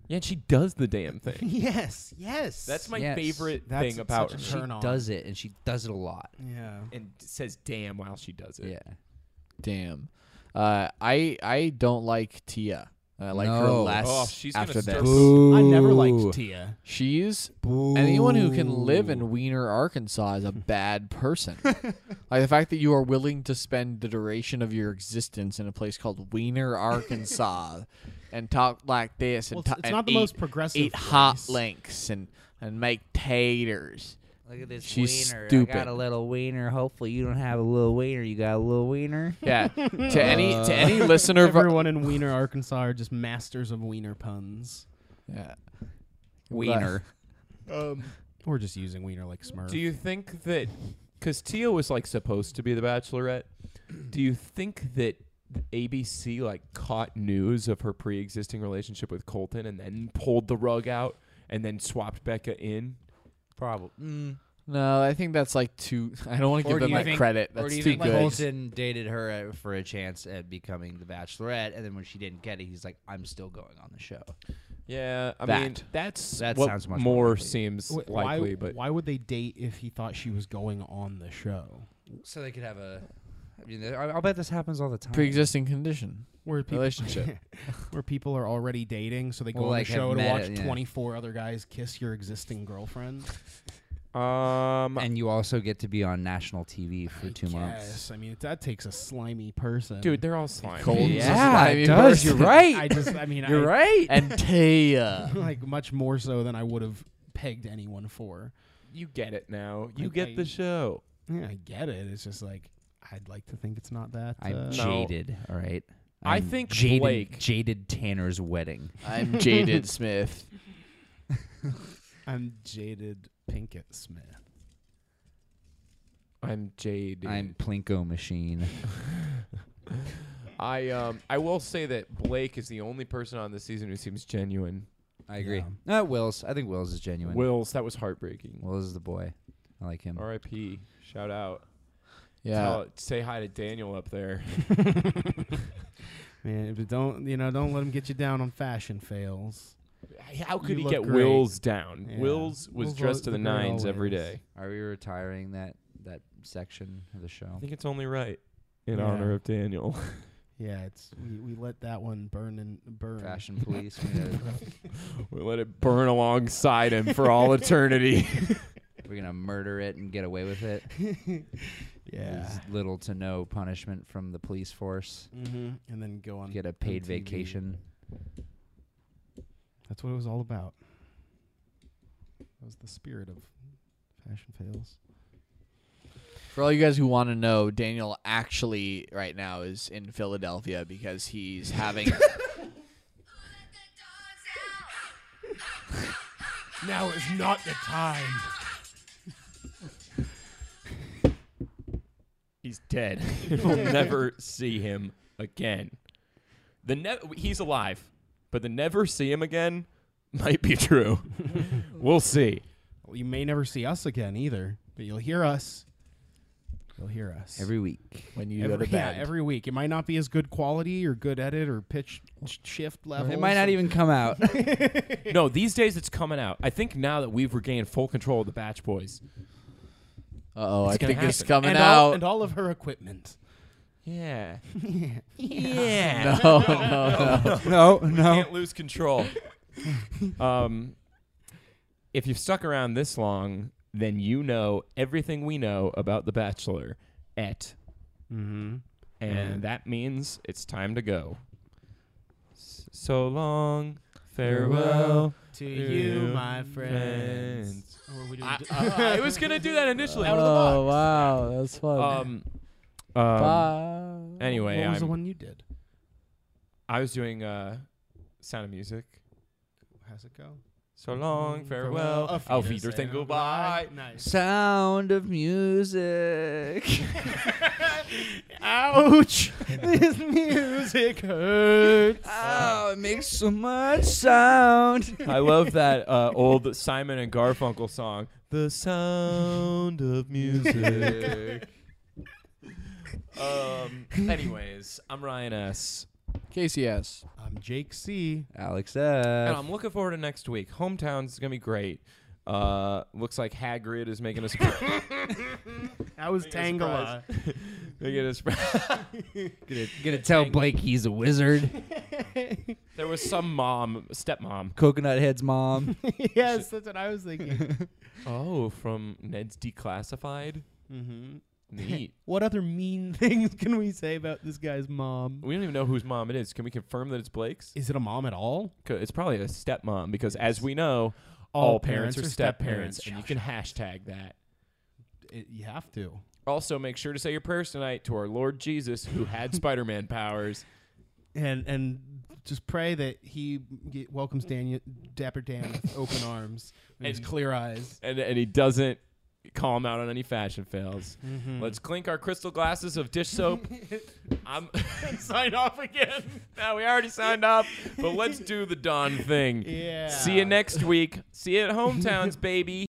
[SPEAKER 1] Yeah, and she does the damn thing.
[SPEAKER 3] yes, yes.
[SPEAKER 1] That's my
[SPEAKER 4] Yes.
[SPEAKER 1] favorite
[SPEAKER 3] That's
[SPEAKER 1] thing about her.
[SPEAKER 3] such a
[SPEAKER 4] She
[SPEAKER 3] Turn on.
[SPEAKER 4] does it, and she does it a lot.
[SPEAKER 3] yeah.
[SPEAKER 1] and says "damn" while she does it.
[SPEAKER 4] Yeah,
[SPEAKER 2] Damn. Uh, I I don't like Tia. I like her
[SPEAKER 4] No.
[SPEAKER 2] less
[SPEAKER 1] Oh, she's gonna
[SPEAKER 2] after
[SPEAKER 1] stir
[SPEAKER 2] this.
[SPEAKER 1] Boo.
[SPEAKER 3] I never liked Tia.
[SPEAKER 2] She's anyone who can live in Wiener, Arkansas is a bad person. like the fact that you are willing to spend the duration of your existence in a place called Wiener, Arkansas, and talk like this, and,
[SPEAKER 3] Well, it's-
[SPEAKER 2] ta-
[SPEAKER 3] it's
[SPEAKER 2] and
[SPEAKER 3] not the
[SPEAKER 2] eat,
[SPEAKER 3] most progressive
[SPEAKER 2] eat hot
[SPEAKER 3] place.
[SPEAKER 2] links and and make taters.
[SPEAKER 4] Look at this
[SPEAKER 2] She's
[SPEAKER 4] wiener. I
[SPEAKER 2] stupid.
[SPEAKER 4] got a little wiener. Hopefully, you don't have a little wiener. You got a little wiener.
[SPEAKER 2] Yeah. to any to any listener of our-
[SPEAKER 3] Uh, Everyone in Wiener, Arkansas are just masters of Wiener puns.
[SPEAKER 2] yeah.
[SPEAKER 4] Wiener.
[SPEAKER 3] Or just using Wiener like Smurf.
[SPEAKER 1] Do you think that because Tia was like supposed to be the Bachelorette? Do you think that ABC like caught news of her pre-existing relationship with Colton and then pulled the rug out and then swapped Becca in?
[SPEAKER 4] Probably.
[SPEAKER 2] No, I think that's like too. I don't want to give
[SPEAKER 4] do
[SPEAKER 2] them
[SPEAKER 4] you
[SPEAKER 2] that
[SPEAKER 4] think-
[SPEAKER 2] credit.
[SPEAKER 4] or
[SPEAKER 2] That's
[SPEAKER 4] do you
[SPEAKER 2] too
[SPEAKER 4] think
[SPEAKER 2] good.
[SPEAKER 4] Colton dated her at, for a chance at becoming the Bachelorette, and then when she didn't get it, he's like, "I'm still going on the show."
[SPEAKER 1] Yeah, I
[SPEAKER 2] That.
[SPEAKER 1] mean that's
[SPEAKER 4] That
[SPEAKER 1] what
[SPEAKER 4] sounds much more
[SPEAKER 1] more
[SPEAKER 4] likely.
[SPEAKER 1] seems
[SPEAKER 3] Wh- why,
[SPEAKER 1] likely, but
[SPEAKER 3] why would they date if he thought she was going on the show?
[SPEAKER 4] So they could have a. I mean, I- I'll bet this happens all the time.
[SPEAKER 2] Pre-existing condition.
[SPEAKER 3] Where people,
[SPEAKER 2] Relationship.
[SPEAKER 3] where people are already dating, so they go
[SPEAKER 4] Well,
[SPEAKER 3] on
[SPEAKER 4] like,
[SPEAKER 3] the
[SPEAKER 4] have
[SPEAKER 3] show to
[SPEAKER 4] met
[SPEAKER 3] watch
[SPEAKER 4] it, yeah.
[SPEAKER 3] 24 other guys kiss your existing girlfriend.
[SPEAKER 1] um,
[SPEAKER 4] and you also get to be on national TV for two months.
[SPEAKER 3] Yes, I mean that takes a slimy person,
[SPEAKER 1] dude, they're all slimy.
[SPEAKER 2] Colton's a
[SPEAKER 4] Yeah,
[SPEAKER 2] slimy
[SPEAKER 4] it does.
[SPEAKER 2] person.
[SPEAKER 4] You're right.
[SPEAKER 3] I just, I mean, I,
[SPEAKER 4] You're right.
[SPEAKER 2] And Taya.
[SPEAKER 3] like much more so than I would have pegged anyone for.
[SPEAKER 1] You get it now. You
[SPEAKER 3] Like,
[SPEAKER 1] get
[SPEAKER 3] I-
[SPEAKER 1] the show.
[SPEAKER 3] Yeah, I get it. It's just like I'd like to think it's not that.
[SPEAKER 4] I'm
[SPEAKER 3] uh,
[SPEAKER 4] jaded. All right.
[SPEAKER 1] I
[SPEAKER 4] I'm
[SPEAKER 1] think
[SPEAKER 4] jaded,
[SPEAKER 1] Blake-
[SPEAKER 4] jaded Tanner's wedding.
[SPEAKER 2] I'm Jaded Smith.
[SPEAKER 3] I'm jaded Pinkett Smith.
[SPEAKER 1] I'm jaded.
[SPEAKER 4] I'm Plinko machine.
[SPEAKER 1] I um I will say that Blake is the only person on this season who seems genuine.
[SPEAKER 4] I
[SPEAKER 3] agree.
[SPEAKER 4] agree. Uh, Wills. I think Wills is genuine.
[SPEAKER 1] Wills, that was heartbreaking.
[SPEAKER 4] Wills is the boy. I like him.
[SPEAKER 1] R.I.P. Shout out.
[SPEAKER 2] Yeah.
[SPEAKER 1] Tell- say hi to Daniel up there.
[SPEAKER 3] Man, but don't you know? Don't let him get you down on fashion fails.
[SPEAKER 1] How could
[SPEAKER 3] You
[SPEAKER 1] he
[SPEAKER 3] look
[SPEAKER 1] get
[SPEAKER 3] great.
[SPEAKER 1] Wills down?
[SPEAKER 3] Yeah.
[SPEAKER 1] Wills was
[SPEAKER 3] Wills
[SPEAKER 1] dressed
[SPEAKER 3] al-
[SPEAKER 1] to the
[SPEAKER 3] the girl
[SPEAKER 1] nines every
[SPEAKER 3] always.
[SPEAKER 1] day.
[SPEAKER 4] Are we retiring that that section of the
[SPEAKER 1] I
[SPEAKER 4] show?
[SPEAKER 1] think it's only right in
[SPEAKER 3] Yeah.
[SPEAKER 1] honor of Daniel.
[SPEAKER 3] Yeah, it's we, we let that one burn and burn.
[SPEAKER 4] Fashion police. We gotta-
[SPEAKER 1] we let it burn alongside him for all eternity.
[SPEAKER 4] We're gonna murder it and get away with it.
[SPEAKER 3] Yeah.
[SPEAKER 4] There's little to no punishment from the police force.
[SPEAKER 3] Mm-hmm. And then go on.
[SPEAKER 4] Get a paid
[SPEAKER 3] MTV.
[SPEAKER 4] vacation.
[SPEAKER 3] That's what it was all about. That was the spirit of fashion fails.
[SPEAKER 2] For all you guys who want to know, Daniel actually right now is in Philadelphia because he's having.
[SPEAKER 3] Now is not the time.
[SPEAKER 1] He's dead. we'll never see him again. The ne- he's alive, but the never see him again might be true. we'll see.
[SPEAKER 3] Well, you may never see us again either, but you'll hear us. You'll hear us
[SPEAKER 4] every week.
[SPEAKER 2] when you go
[SPEAKER 3] Every-
[SPEAKER 2] to
[SPEAKER 3] yeah,
[SPEAKER 2] bed.
[SPEAKER 3] every week. It might not be as good quality or good edit or pitch sh- shift level.
[SPEAKER 4] It might not even come out.
[SPEAKER 1] No, these days it's coming out. I think now that we've regained full control of the Batch Boys.
[SPEAKER 2] Uh oh, I
[SPEAKER 1] It's gonna
[SPEAKER 2] think it's
[SPEAKER 1] happen.
[SPEAKER 2] coming
[SPEAKER 3] and All,
[SPEAKER 2] out.
[SPEAKER 3] and all of her equipment.
[SPEAKER 1] Yeah. yeah.
[SPEAKER 2] no, no, no.
[SPEAKER 4] no,
[SPEAKER 1] We
[SPEAKER 4] no.
[SPEAKER 1] can't lose control. um, if you've stuck around this long, then you know everything we know about The Bachelor at,
[SPEAKER 3] Mm-hmm.
[SPEAKER 1] and
[SPEAKER 3] Mhm.
[SPEAKER 1] that means it's time to go. S- So long, farewell,
[SPEAKER 3] To
[SPEAKER 1] you,
[SPEAKER 3] you,
[SPEAKER 1] my
[SPEAKER 3] my uh,
[SPEAKER 1] friends.
[SPEAKER 3] friends.
[SPEAKER 1] I, I- I was gonna do that initially.
[SPEAKER 2] oh, wow, that was fun.
[SPEAKER 1] Um, um,
[SPEAKER 2] Bye.
[SPEAKER 1] anyway,
[SPEAKER 3] what was the
[SPEAKER 1] I'm-
[SPEAKER 3] one you did?
[SPEAKER 1] I was doing uh, Sound of Music.
[SPEAKER 3] How's it go?
[SPEAKER 1] So
[SPEAKER 3] Mm-hmm.
[SPEAKER 1] long, farewell, Oh, auf Wiedersehen, goodbye.
[SPEAKER 3] Nice.
[SPEAKER 4] Sound of music.
[SPEAKER 3] Ouch! this music hurts.
[SPEAKER 4] Oh, it makes so much sound.
[SPEAKER 1] I love that uh, old Simon and Garfunkel song, "The Sound of Music." um. Anyways, I'm Ryan S.
[SPEAKER 2] KCS.
[SPEAKER 3] I'm Jake C.
[SPEAKER 4] Alex
[SPEAKER 1] And
[SPEAKER 4] F.
[SPEAKER 1] I'm looking forward to next week. Hometown's gonna be great. Uh, looks like Hagrid is making a surprise.
[SPEAKER 3] That was
[SPEAKER 1] making a
[SPEAKER 3] Tangela.
[SPEAKER 1] surprise. Making a surprise.
[SPEAKER 4] Gonna, gonna tell Blake he's a wizard.
[SPEAKER 1] There was some mom, stepmom.
[SPEAKER 4] Coconut Head's mom.
[SPEAKER 3] yes, that's what I was thinking.
[SPEAKER 1] Oh, from Ned's Declassified.
[SPEAKER 3] mm-hmm.
[SPEAKER 1] Neat.
[SPEAKER 3] What other mean things can we say about this guy's mom?
[SPEAKER 1] We don't even know whose mom it is. Can we confirm that it's Blake's?
[SPEAKER 3] Is it a mom at all?
[SPEAKER 1] 'Cause It's probably a stepmom because, as we know, all, parents, are step parents, and you can hashtag that.
[SPEAKER 3] It, you have to.
[SPEAKER 1] Also, make sure to say your prayers tonight to our Lord Jesus, who had Spider-Man powers.
[SPEAKER 3] And and just pray that he get, welcomes Daniel, Dapper Dan with open arms and, his
[SPEAKER 1] And-
[SPEAKER 3] clear eyes.
[SPEAKER 1] and, and he doesn't call him out on any fashion fails. Let's clink our crystal glasses of dish soap. I'm sign off again. Now we already signed off, but let's do the Don thing.
[SPEAKER 3] Yeah.
[SPEAKER 1] See you next week. See you at hometowns, baby.